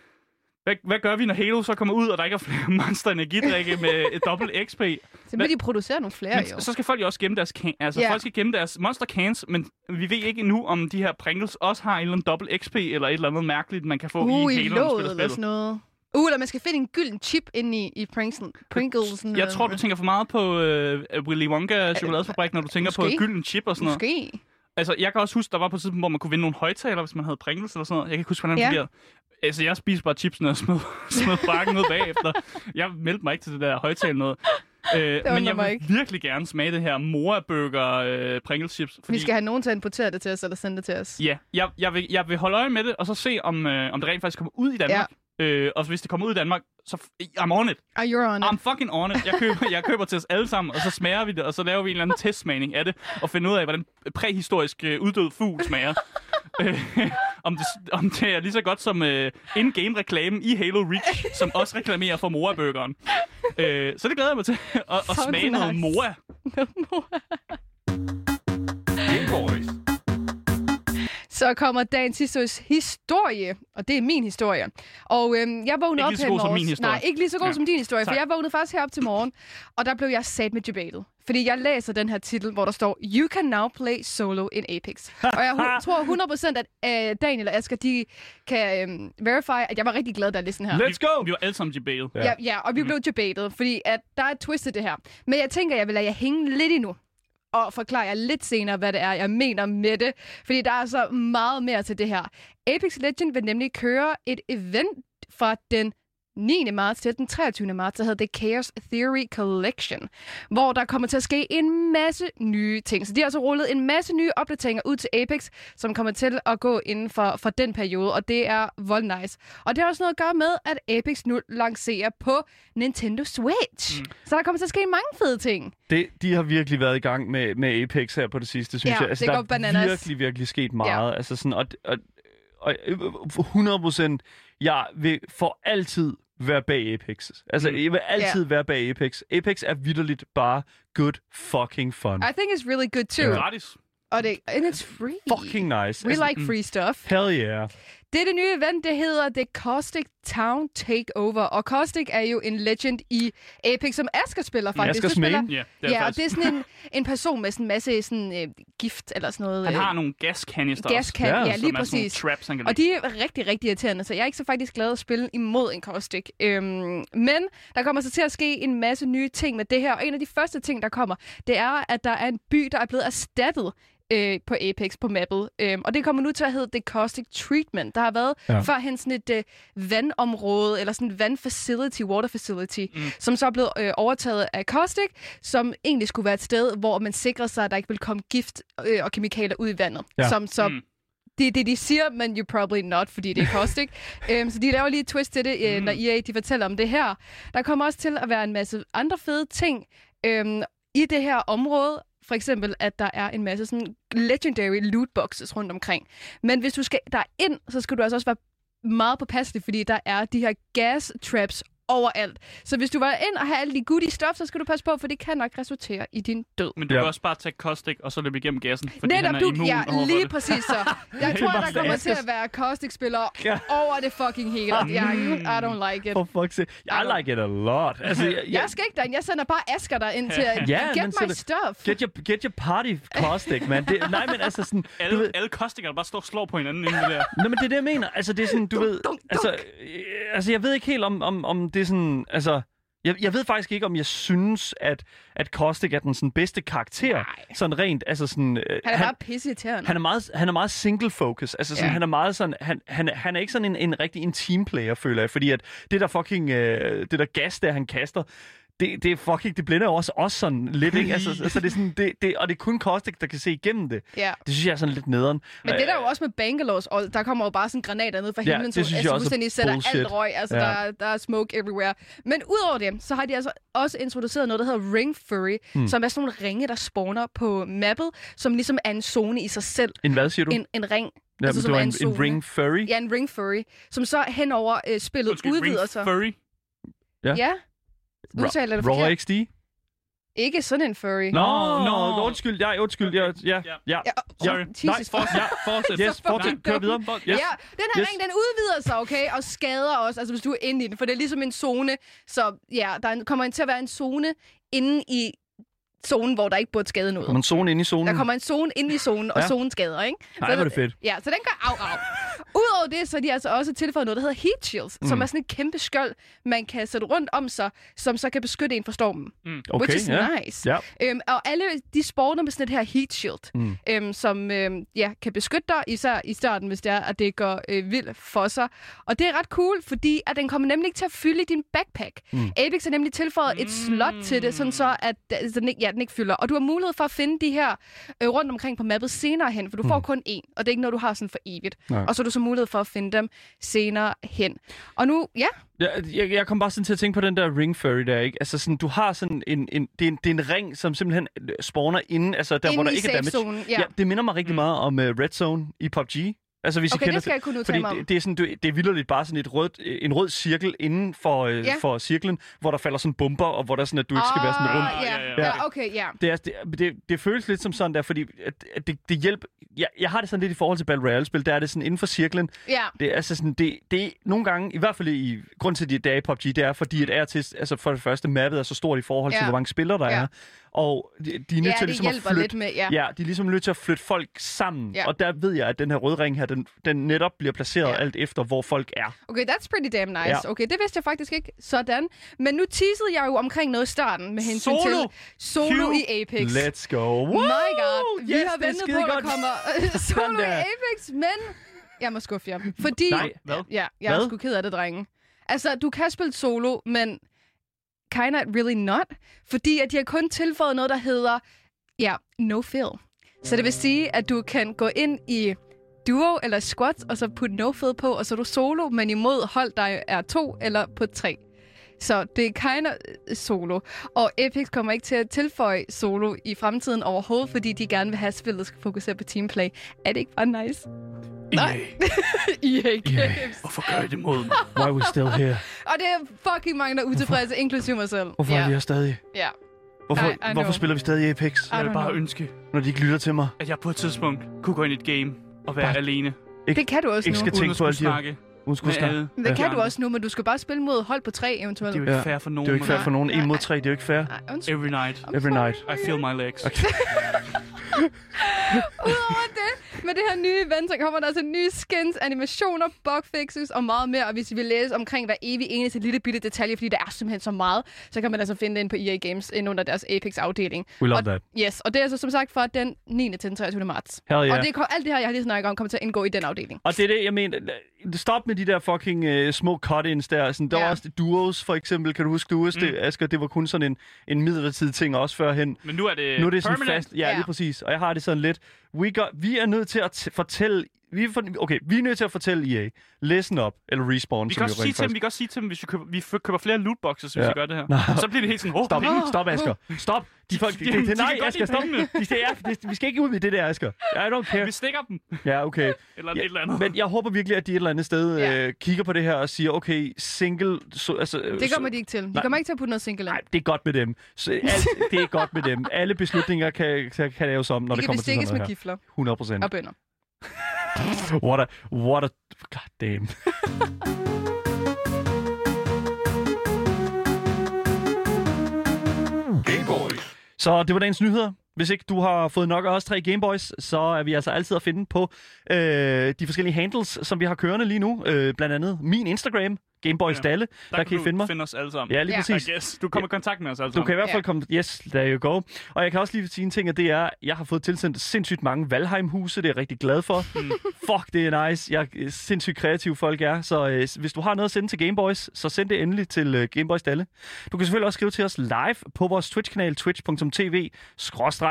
[SPEAKER 4] hvad, hvad gør vi, når Halo så kommer ud, og der ikke er flere <laughs> Monster Energidrikke med et dobbelt XP?
[SPEAKER 5] Så må de producere nogle flere, jo.
[SPEAKER 4] Men, så skal folk jo også gemme deres can- Altså,
[SPEAKER 5] Ja.
[SPEAKER 4] folk skal gemme deres Monster Cans, men vi ved ikke endnu, om de her Pringles også har en eller anden dobbelt XP, eller et eller andet mærkeligt, man kan få
[SPEAKER 5] Uh,
[SPEAKER 4] i
[SPEAKER 5] i
[SPEAKER 4] Halo, når man spiller
[SPEAKER 5] låget eller
[SPEAKER 4] spillet.
[SPEAKER 5] sådan noget. Uh, eller man skal finde en gylden chip inde i, i Pringsen, Pringlesen.
[SPEAKER 4] Jeg tror, du tænker for meget på øh, Willy Wonka-chokoladefabrik, når du tænker
[SPEAKER 5] måske.
[SPEAKER 4] på Gylden Chip og sådan noget.
[SPEAKER 5] Måske.
[SPEAKER 4] Altså, jeg kan også huske, der var på et tidspunkt, hvor man kunne vinde nogle højtaler, hvis man havde Pringles eller sådan noget. Jeg kan ikke huske, hvordan det
[SPEAKER 5] Ja.
[SPEAKER 4] ja. fungerede. Altså, jeg spiste bare chipsene og smed, <laughs> smed bakken ud bagefter. Jeg meldte mig ikke til det der højtale noget. Øh,
[SPEAKER 5] undrer
[SPEAKER 4] men jeg
[SPEAKER 5] mig
[SPEAKER 4] vil
[SPEAKER 5] ikke.
[SPEAKER 4] virkelig gerne smage det her Mora-burger øh, Pringles chips.
[SPEAKER 5] Vi skal have nogen til at importere det til os, eller sende det til os.
[SPEAKER 4] Ja, jeg, jeg, vil, jeg vil holde øje med det, og så se, om, øh, om det rent faktisk kommer ud i Danmark. Ja. Øh, og hvis det kommer ud i Danmark, så f- I'm on it.
[SPEAKER 5] Are you're on it?
[SPEAKER 4] I'm fucking on it. Jeg køber, jeg køber til os alle sammen, og så smager vi det, og så laver vi en eller anden testsmagning af det, og finder ud af, hvordan præhistorisk øh, uddød fugl smager. <laughs> Øh, om, det, om det er lige så godt som øh, in-game-reklamen i Halo Reach, som også reklamerer for Mora-burgeren. Øh, så det glæder jeg mig til, at, at
[SPEAKER 5] Fuck,
[SPEAKER 4] smage noget
[SPEAKER 5] nice.
[SPEAKER 4] Mora.
[SPEAKER 5] Så kommer dagens histories historie, og det er min historie. Og øhm, jeg vågnede
[SPEAKER 4] Ikke
[SPEAKER 5] op
[SPEAKER 4] lige så
[SPEAKER 5] her i
[SPEAKER 4] god som
[SPEAKER 5] morges.
[SPEAKER 4] min historie.
[SPEAKER 5] Nej, ikke lige så god ja.
[SPEAKER 4] Ja.
[SPEAKER 5] som din historie, for
[SPEAKER 4] Tak.
[SPEAKER 5] jeg vågnede faktisk herop til morgen, og der blev jeg sat med debatet. Fordi jeg læser den her titel, hvor der står, You can now play solo in Apex. og jeg
[SPEAKER 4] <laughs>
[SPEAKER 5] hu- tror 100% at øh, Daniel og Asger, de kan øhm, verify, at jeg var rigtig glad, da jeg læste den her.
[SPEAKER 3] Let's go!
[SPEAKER 4] Vi var alle sammen debated.
[SPEAKER 5] Ja. ja, ja,
[SPEAKER 4] Mm.
[SPEAKER 5] og vi blev debatet, fordi at der er et twist i det her. Men jeg tænker, jeg vil lade jer hænge lidt endnu og forklare jer lidt senere, hvad det er, jeg mener med det. Fordi der er så meget mere til det her. Apex Legend vil nemlig køre et event fra den 9. marts til den 23. marts, der hedder The Chaos Theory Collection, hvor der kommer til at ske en masse nye ting. Så de har altså rullet en masse nye opdateringer ud til Apex, som kommer til at gå inden for, for den periode, og det er vold nice. Og det har også noget at gøre med, at Apex nu lancerer på Nintendo Switch. Mm. Så der kommer til at ske mange fede ting.
[SPEAKER 3] Det, de har virkelig været i gang med, med Apex her på det sidste, synes
[SPEAKER 5] Ja,
[SPEAKER 3] jeg. Altså,
[SPEAKER 5] det
[SPEAKER 3] der
[SPEAKER 5] går bananas.
[SPEAKER 3] er virkelig, virkelig sket meget. Ja. Altså sådan, og, og, og øh, 100 procent, jeg vil for altid være bag Apex. Altså,
[SPEAKER 4] Mm.
[SPEAKER 3] jeg vil altid
[SPEAKER 5] Ja.
[SPEAKER 3] være bag Apex. Apex er vidderligt bare good fucking fun.
[SPEAKER 5] I think it's really good too.
[SPEAKER 4] Det er
[SPEAKER 5] Yeah.
[SPEAKER 4] gratis.
[SPEAKER 5] Og det, and it's free.
[SPEAKER 3] Fucking nice.
[SPEAKER 5] We
[SPEAKER 3] altså,
[SPEAKER 4] mm.
[SPEAKER 5] like free stuff.
[SPEAKER 3] Hell yeah.
[SPEAKER 5] Det er det nye event, det hedder The Caustic Town Takeover. Og Caustic er jo en legend i Apex, som Asger spiller faktisk.
[SPEAKER 3] Asger
[SPEAKER 5] Du spiller-
[SPEAKER 3] Smagen.
[SPEAKER 4] Ja, det er
[SPEAKER 5] Ja, og
[SPEAKER 4] faktisk.
[SPEAKER 5] det er
[SPEAKER 4] <laughs>
[SPEAKER 5] sådan en, en person med sådan en masse sådan, øh, gift eller sådan noget.
[SPEAKER 4] Han
[SPEAKER 5] øh,
[SPEAKER 4] har nogle gaskanister
[SPEAKER 5] gaskan.
[SPEAKER 3] Ja,
[SPEAKER 5] Ja, ja
[SPEAKER 4] også,
[SPEAKER 5] lige
[SPEAKER 4] som er sådan nogle
[SPEAKER 5] præcis.
[SPEAKER 4] traps, han kan
[SPEAKER 5] Og
[SPEAKER 4] lægge.
[SPEAKER 5] de er rigtig, rigtig irriterende, så jeg er ikke så faktisk glad at spille imod en Caustic. Øhm, men der kommer så til at ske en masse nye ting med det her, og en af de første ting, der kommer, det er, at der er en by, der er blevet erstattet øh, på Apex på mappet. Øhm, og det kommer nu til at hedde The Caustic Treatment. Der har været ja.
[SPEAKER 3] Ja.
[SPEAKER 5] førhen sådan et øh, vandområde, eller sådan et vandfacility, water facility, mm. som så er blevet øh, overtaget af Caustic, som egentlig skulle være et sted, hvor man sikrer sig, at der ikke vil komme gift øh, og kemikalier ud i vandet, ja.
[SPEAKER 3] Ja.
[SPEAKER 5] som så mm.
[SPEAKER 4] Mm.
[SPEAKER 5] det er det, de siger, men you probably not, fordi det er kost, ikke? Øhm, så de laver lige et twist til det, øh, når EA de fortæller om det her. Der kommer også til at være en masse andre fede ting øhm, i det her område. For eksempel, at der er en masse sådan legendary loot boxes rundt omkring. Men hvis du skal derind, så skal du altså også være meget påpasselig, fordi der er de her gas traps overalt. Så hvis du var ind og have alle de goodie stuff, så skal du passe på, for det kan nok resultere i din død.
[SPEAKER 4] Men du
[SPEAKER 3] Ja.
[SPEAKER 4] kan også bare tage kostik og så løbe igennem gassen, fordi
[SPEAKER 5] Netop
[SPEAKER 4] han er
[SPEAKER 5] du,
[SPEAKER 4] immun
[SPEAKER 5] ja,
[SPEAKER 4] overfor
[SPEAKER 5] lige
[SPEAKER 4] det.
[SPEAKER 3] <laughs>
[SPEAKER 5] præcis så. Jeg tror,
[SPEAKER 3] bare
[SPEAKER 5] der kommer til
[SPEAKER 3] flaskes.
[SPEAKER 5] at være caustic-spillere
[SPEAKER 3] <laughs> Ja. Mm.
[SPEAKER 5] over det fucking hele. Jeg, I don't like it.
[SPEAKER 3] For fuck's sake. I like it a lot.
[SPEAKER 5] <laughs>
[SPEAKER 3] Altså, jeg,
[SPEAKER 5] Jeg skal ikke derind. Jeg sender bare Asger derind til
[SPEAKER 3] <laughs>
[SPEAKER 5] at
[SPEAKER 3] Ja,
[SPEAKER 5] get
[SPEAKER 3] men så
[SPEAKER 5] my
[SPEAKER 3] det-
[SPEAKER 5] stuff.
[SPEAKER 3] Get your, get your
[SPEAKER 5] <laughs>
[SPEAKER 3] party caustic, man. Det, nej, men altså sådan... Du ved,
[SPEAKER 4] Alle, alle kostikere, der bare står og slår på hinanden
[SPEAKER 3] <laughs>
[SPEAKER 4] inden det der.
[SPEAKER 3] nej, men det er det, jeg mener. Altså, det er sådan, du ved...
[SPEAKER 5] dunk, dunk.
[SPEAKER 3] Altså, øh, altså, jeg ved ikke helt om, om, om det er sådan... Altså, jeg, jeg ved faktisk ikke, om jeg synes, at, at Kostik er den sådan, bedste karakter.
[SPEAKER 5] Nej.
[SPEAKER 3] Sådan rent, altså sådan... øh,
[SPEAKER 5] Han er bare pisse
[SPEAKER 3] han er meget, han er meget single focus. Altså sådan,
[SPEAKER 5] Ja.
[SPEAKER 3] ja. han er meget sådan, han, han, han er ikke sådan en, en rigtig en team player, føler jeg. Fordi at det der fucking, øh, det der gas der, han kaster, det, det er fucking, det blænder jo også, også sådan lidt, ikke? Altså, altså det er sådan, det, det, og det er kun Kostik, der kan se igennem det.
[SPEAKER 5] Ja.
[SPEAKER 3] Det synes jeg er sådan lidt nederen.
[SPEAKER 5] Men
[SPEAKER 3] Øh,
[SPEAKER 5] det der er jo også med Bangalores old, der kommer jo bare sådan granater ned fra
[SPEAKER 3] Ja,
[SPEAKER 5] himlen,
[SPEAKER 3] det
[SPEAKER 5] som
[SPEAKER 3] synes jeg
[SPEAKER 5] altså
[SPEAKER 3] også er
[SPEAKER 5] fuldstændig sætter alt
[SPEAKER 3] bullshit.
[SPEAKER 5] røg. Altså,
[SPEAKER 3] Ja.
[SPEAKER 5] der, er- der er smoke everywhere. Men udover det, så har de altså også introduceret noget, der hedder Ring Furry,
[SPEAKER 3] Hmm.
[SPEAKER 5] mm. som er sådan nogle ringe, der spawner på mappet, som ligesom er en zone i sig selv.
[SPEAKER 3] En hvad, siger du?
[SPEAKER 5] En, en ring.
[SPEAKER 3] ja,
[SPEAKER 5] Altså,
[SPEAKER 3] men
[SPEAKER 5] som
[SPEAKER 3] det var
[SPEAKER 5] er
[SPEAKER 3] en, en
[SPEAKER 5] zone.
[SPEAKER 3] ring furry.
[SPEAKER 5] Ja, en ring furry, som så henover øh, spillet
[SPEAKER 4] Undskyld,
[SPEAKER 5] udvider
[SPEAKER 4] ring
[SPEAKER 5] sig.
[SPEAKER 4] Furry.
[SPEAKER 3] Ja.
[SPEAKER 5] Ja.
[SPEAKER 3] Ra-
[SPEAKER 5] Udtaler det
[SPEAKER 3] Raw
[SPEAKER 5] forkert.
[SPEAKER 3] XD?
[SPEAKER 5] Ikke sådan en furry.
[SPEAKER 3] Nå,
[SPEAKER 4] Nå,
[SPEAKER 3] nå,
[SPEAKER 4] nå.
[SPEAKER 3] undskyld, ja, undskyld, ja, ja,
[SPEAKER 4] Ja.
[SPEAKER 3] ja.
[SPEAKER 5] Ja, oh,
[SPEAKER 4] Sorry.
[SPEAKER 5] Jesus
[SPEAKER 3] Nej,
[SPEAKER 5] fuck.
[SPEAKER 4] Fortsæt. Ja, fortsæt.
[SPEAKER 3] Yes, fortsæt, kør videre. Yes.
[SPEAKER 5] Ja, den her
[SPEAKER 3] Yes.
[SPEAKER 5] ring, den udvider sig, okay, og skader også, altså hvis du er inde i den, for det er ligesom en zone, så ja, der er- kommer til at være en zone inde i zonen, hvor der ikke burde skade noget.
[SPEAKER 3] Kommer en zone ind i zonen?
[SPEAKER 5] Der kommer en zone ind i zonen, og
[SPEAKER 3] Mm. Ja.
[SPEAKER 5] zonen skader, ikke?
[SPEAKER 3] Nej,
[SPEAKER 5] Så-
[SPEAKER 3] hvor er det fedt.
[SPEAKER 5] Ja, så den gør af, af. Udover det, så er de altså også tilføjet noget, der hedder heat shields, mm. som er sådan et kæmpe skjold, man kan sætte rundt om sig, som så kan beskytte en fra stormen.
[SPEAKER 3] Okay,
[SPEAKER 5] which is
[SPEAKER 3] ja.
[SPEAKER 5] nice.
[SPEAKER 3] Ja.
[SPEAKER 5] Øhm, og alle de spawner med sådan et her heat shield, mm. øhm, som øhm, ja, kan beskytte dig, især i starten, hvis det er, at det går øh, vildt for sig. Og det er ret cool, fordi at den kommer nemlig ikke til at fylde i din backpack. Mm. Apex har nemlig tilføjet et slot til det, sådan så at øh, den ikke, ja, den ikke fylder. Og du har mulighed for at finde de her øh, rundt omkring på mappet senere hen, for du får kun én, og det er ikke noget, du har sådan for evigt.
[SPEAKER 3] Mm. Nej.
[SPEAKER 5] Og så har du så mulighed for at finde dem senere hen. Og nu, ja,
[SPEAKER 3] Jeg, jeg, jeg kom bare sådan til at tænke på den der ring furry der, ikke? Altså sådan, du har sådan en, en, det, er en det er en ring, som simpelthen øh, spawner inden, altså der,
[SPEAKER 5] Inde
[SPEAKER 3] hvor der
[SPEAKER 5] i
[SPEAKER 3] ikke er damage.
[SPEAKER 5] safe-zonen, ja. Mm.
[SPEAKER 3] det minder mig rigtig meget om uh, Red Zone i PUBG. Altså, hvis I
[SPEAKER 5] Okay,
[SPEAKER 3] kender
[SPEAKER 5] det skal jeg kunne udtale
[SPEAKER 3] fordi
[SPEAKER 5] mig om.
[SPEAKER 3] det, det, er sådan, det, det er vildt bare sådan et rødt, øh, en rød cirkel inden for, øh,
[SPEAKER 5] Ja.
[SPEAKER 3] for cirklen, hvor der falder sådan bomber, og hvor der sådan, at du ikke skal være sådan
[SPEAKER 5] Ah,
[SPEAKER 3] rundt.
[SPEAKER 5] Ja,
[SPEAKER 4] Ja,
[SPEAKER 5] ja,
[SPEAKER 4] ja,
[SPEAKER 5] ja. ja okay, ja.
[SPEAKER 3] Det, er, det, det, det føles lidt som sådan der, fordi at, at det, det hjælp, jeg, jeg har det sådan lidt i forhold til Battle Royale-spil, der er det sådan inden for cirklen,
[SPEAKER 5] ja.
[SPEAKER 3] det er altså sådan, det, det er nogle gange, i hvert fald i grund til, at det er i PUBG, det er fordi, at RTS, altså for det første, mappet er så stort i forhold til,
[SPEAKER 5] Ja.
[SPEAKER 3] hvor mange spillere der
[SPEAKER 5] Ja.
[SPEAKER 3] er. Og de, de er nødt
[SPEAKER 5] Ja,
[SPEAKER 3] til
[SPEAKER 5] det
[SPEAKER 3] ligesom at
[SPEAKER 5] hjælper
[SPEAKER 3] flytte,
[SPEAKER 5] lidt med, ja.
[SPEAKER 3] ja, de er ligesom nødt til at flytte folk sammen.
[SPEAKER 5] Ja.
[SPEAKER 3] Og der ved jeg, at den her rødring her, den, den netop bliver placeret
[SPEAKER 5] Ja.
[SPEAKER 3] ja. alt efter, hvor folk er.
[SPEAKER 5] Okay, that's pretty damn nice.
[SPEAKER 3] Ja.
[SPEAKER 5] Okay, det vidste jeg faktisk ikke. Sådan. Men nu teasede jeg jo omkring noget i starten med hensyn
[SPEAKER 4] Solo.
[SPEAKER 5] til solo
[SPEAKER 4] Q.
[SPEAKER 5] i Apex.
[SPEAKER 3] Let's go. Woo!
[SPEAKER 5] My god, vi
[SPEAKER 3] yes,
[SPEAKER 5] har
[SPEAKER 3] det er
[SPEAKER 5] ventet på,
[SPEAKER 3] skide
[SPEAKER 5] at der
[SPEAKER 3] godt. <laughs>
[SPEAKER 5] kommer øh, solo i
[SPEAKER 3] der.
[SPEAKER 5] Apex, men jeg må skuffe jer. Fordi,
[SPEAKER 3] Nej,
[SPEAKER 4] hvad?
[SPEAKER 5] ja, jeg er
[SPEAKER 3] Hvad?
[SPEAKER 5] sgu ked af det, drenge. Altså, du kan spille solo, men kinda really not, fordi at de har kun tilføjet noget, der hedder, ja, no fill. Så det vil sige, at du kan gå ind i duo eller squats, og så putte no fill på, og så er du solo, men imod hold, der er to eller på tre. Så det er kinda øh, solo. Og Apex kommer ikke til at tilføje solo i fremtiden overhovedet, fordi de gerne vil have at spillet skal fokusere på teamplay. Er det ikke bare nice? Nej. <laughs> EA Games.
[SPEAKER 4] Hvorfor gør I det mod mig?
[SPEAKER 3] Why are we still here?
[SPEAKER 5] Og det er fucking mange, der er utilfredse, inklusive mig selv.
[SPEAKER 3] Hvorfor
[SPEAKER 5] ja.
[SPEAKER 3] er vi her stadig?
[SPEAKER 5] Ja. I- I
[SPEAKER 3] Hvorfor,
[SPEAKER 5] know.
[SPEAKER 3] hvorfor spiller vi stadig Apex,
[SPEAKER 5] I
[SPEAKER 4] Jeg
[SPEAKER 5] don't
[SPEAKER 4] vil bare
[SPEAKER 5] know.
[SPEAKER 4] ønske,
[SPEAKER 3] når de ikke lytter til mig?
[SPEAKER 4] at jeg på et tidspunkt kunne gå ind i et game og være
[SPEAKER 3] Bare-
[SPEAKER 4] alene.
[SPEAKER 5] Det kan du også nu.
[SPEAKER 3] Ikke skal
[SPEAKER 4] Uden
[SPEAKER 3] tænke
[SPEAKER 4] at
[SPEAKER 3] på
[SPEAKER 4] skulle
[SPEAKER 3] alle de her...
[SPEAKER 4] snakke
[SPEAKER 3] Hun
[SPEAKER 4] med
[SPEAKER 3] skulle snakke.
[SPEAKER 4] alle.
[SPEAKER 5] Det kan
[SPEAKER 4] Ja.
[SPEAKER 5] du også nu, men du skal bare spille mod hold på tre
[SPEAKER 4] Det
[SPEAKER 5] eventuelt.
[SPEAKER 4] er jo
[SPEAKER 5] Det
[SPEAKER 4] ikke
[SPEAKER 3] Ja.
[SPEAKER 4] fair for nogen.
[SPEAKER 3] Det er jo ikke fair for nogen.
[SPEAKER 5] Nej.
[SPEAKER 3] En mod tre, det er jo ikke fair.
[SPEAKER 5] Ej, undskyld.
[SPEAKER 4] Every night,
[SPEAKER 5] I'm
[SPEAKER 3] Every
[SPEAKER 5] sorry.
[SPEAKER 3] night.
[SPEAKER 4] I feel my legs.
[SPEAKER 3] Okay.
[SPEAKER 5] Udover det, med det her nye event, så kommer der altså nye skins, animationer, bugfixes og meget mere. Og hvis I vil læse omkring hver evig eneste lille bitte detalje, fordi der er simpelthen så meget, så kan man altså finde det ind på EA Games, ind under deres Apex-afdeling.
[SPEAKER 3] We love
[SPEAKER 5] og,
[SPEAKER 3] that.
[SPEAKER 5] Yes, og det er altså som sagt fra den 9. til den 23. marts.
[SPEAKER 3] Hell yeah.
[SPEAKER 5] Og det, kom- alt det her, jeg har lige snakket om, kommer til at indgå i den afdeling.
[SPEAKER 3] Og det er det, jeg mener. Stop med de der fucking uh, små cut-ins der. Sådan, der
[SPEAKER 5] Ja.
[SPEAKER 3] var også duos, for eksempel. Kan du huske duos, mm. det, Asger? Det var kun sådan en, en midlertidig ting også førhen.
[SPEAKER 4] Men nu er det,
[SPEAKER 3] Nu er det sådan
[SPEAKER 4] øh, permanent.
[SPEAKER 3] fast. Ja,
[SPEAKER 5] Ja.
[SPEAKER 3] lige præcis. Og jeg har det sådan lidt. We got, vi er nødt til at t- fortælle vi, er for, okay, vi er nødt til at fortælle EA. Listen up, eller Respawn,
[SPEAKER 4] Vi kan,
[SPEAKER 3] som jo
[SPEAKER 4] også sige
[SPEAKER 3] rent
[SPEAKER 4] til dem,
[SPEAKER 3] faktisk...
[SPEAKER 4] vi kan også sige til dem, hvis vi køber, vi f- køber flere lootboxes, hvis
[SPEAKER 3] Ja.
[SPEAKER 4] vi gør det her.
[SPEAKER 3] Nå.
[SPEAKER 4] Så bliver det helt sådan, oh,
[SPEAKER 3] Stop,
[SPEAKER 4] penge.
[SPEAKER 3] stop, Asger. Stop. De folk,
[SPEAKER 4] de-
[SPEAKER 3] det, det,
[SPEAKER 4] de kan
[SPEAKER 3] det, nej,
[SPEAKER 4] godt
[SPEAKER 3] Asger,
[SPEAKER 4] lide
[SPEAKER 3] stop.
[SPEAKER 4] pengene.
[SPEAKER 3] De, det er, det, vi skal ikke ud i det der, Asger. I don't care.
[SPEAKER 4] vi stikker dem,
[SPEAKER 3] Ja, okay.
[SPEAKER 4] eller
[SPEAKER 3] Ja,
[SPEAKER 4] et eller andet.
[SPEAKER 3] Men jeg håber virkelig, at de et eller andet sted
[SPEAKER 5] Ja.
[SPEAKER 3] øh, kigger på det her og siger, okay, single... Så, altså, øh,
[SPEAKER 5] Det
[SPEAKER 3] så-
[SPEAKER 5] kommer de ikke til. De
[SPEAKER 3] Nej.
[SPEAKER 5] kommer ikke til at putte noget single
[SPEAKER 3] Nej,
[SPEAKER 5] ind.
[SPEAKER 3] det er godt med dem. Så, alt, det er godt med dem. Alle beslutninger kan, kan, kan laves om, når det
[SPEAKER 5] De kan
[SPEAKER 3] kommer til sådan
[SPEAKER 5] bestikkes med
[SPEAKER 3] noget her.
[SPEAKER 5] gifler
[SPEAKER 3] 100 procent.
[SPEAKER 5] og bønder.
[SPEAKER 3] What a... What a... God damn. Så det var dagens nyheder. Hvis ikke du har fået nok af os tre Gameboys, så er vi altså altid at finde på øh, de forskellige handles, som vi har kørende lige nu. Øh, blandt andet min Instagram, Gameboys
[SPEAKER 4] Ja.
[SPEAKER 3] ja. Dalle. Der, der kan I
[SPEAKER 4] du
[SPEAKER 3] finde mig.
[SPEAKER 4] finde os alle sammen.
[SPEAKER 3] Ja, lige
[SPEAKER 5] Ja.
[SPEAKER 3] ja. præcis.
[SPEAKER 4] I guess. Du kommer i kontakt med os alle
[SPEAKER 3] Du
[SPEAKER 4] sammen.
[SPEAKER 3] kan i hvert
[SPEAKER 5] Ja.
[SPEAKER 3] fald komme... Yes, there you go. Og jeg kan også lige sige en ting, og det er, at jeg har fået tilsendt sindssygt mange Valheim-huse. Det er jeg rigtig glad for.
[SPEAKER 4] Hmm.
[SPEAKER 3] Fuck, det er nice. Jeg er sindssygt kreativ folk er. Så øh, hvis du har noget at sende til Gameboys, så send det endelig til øh, Gameboys Dalle. Du kan selvfølgelig også skrive til os live på vores Twitch-kanal, twitch.tv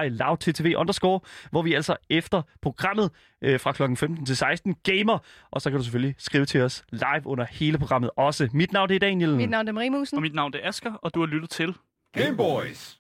[SPEAKER 3] lavttv underscore, hvor vi altså efter programmet øh, fra kl. 15 til 16 gamer. Og så kan du selvfølgelig skrive til os live under hele programmet også. Mit navn det er Daniel.
[SPEAKER 5] Mit navn er Marie Musen.
[SPEAKER 4] Og mit navn det er Asker, og du har lyttet til
[SPEAKER 1] Game Boys.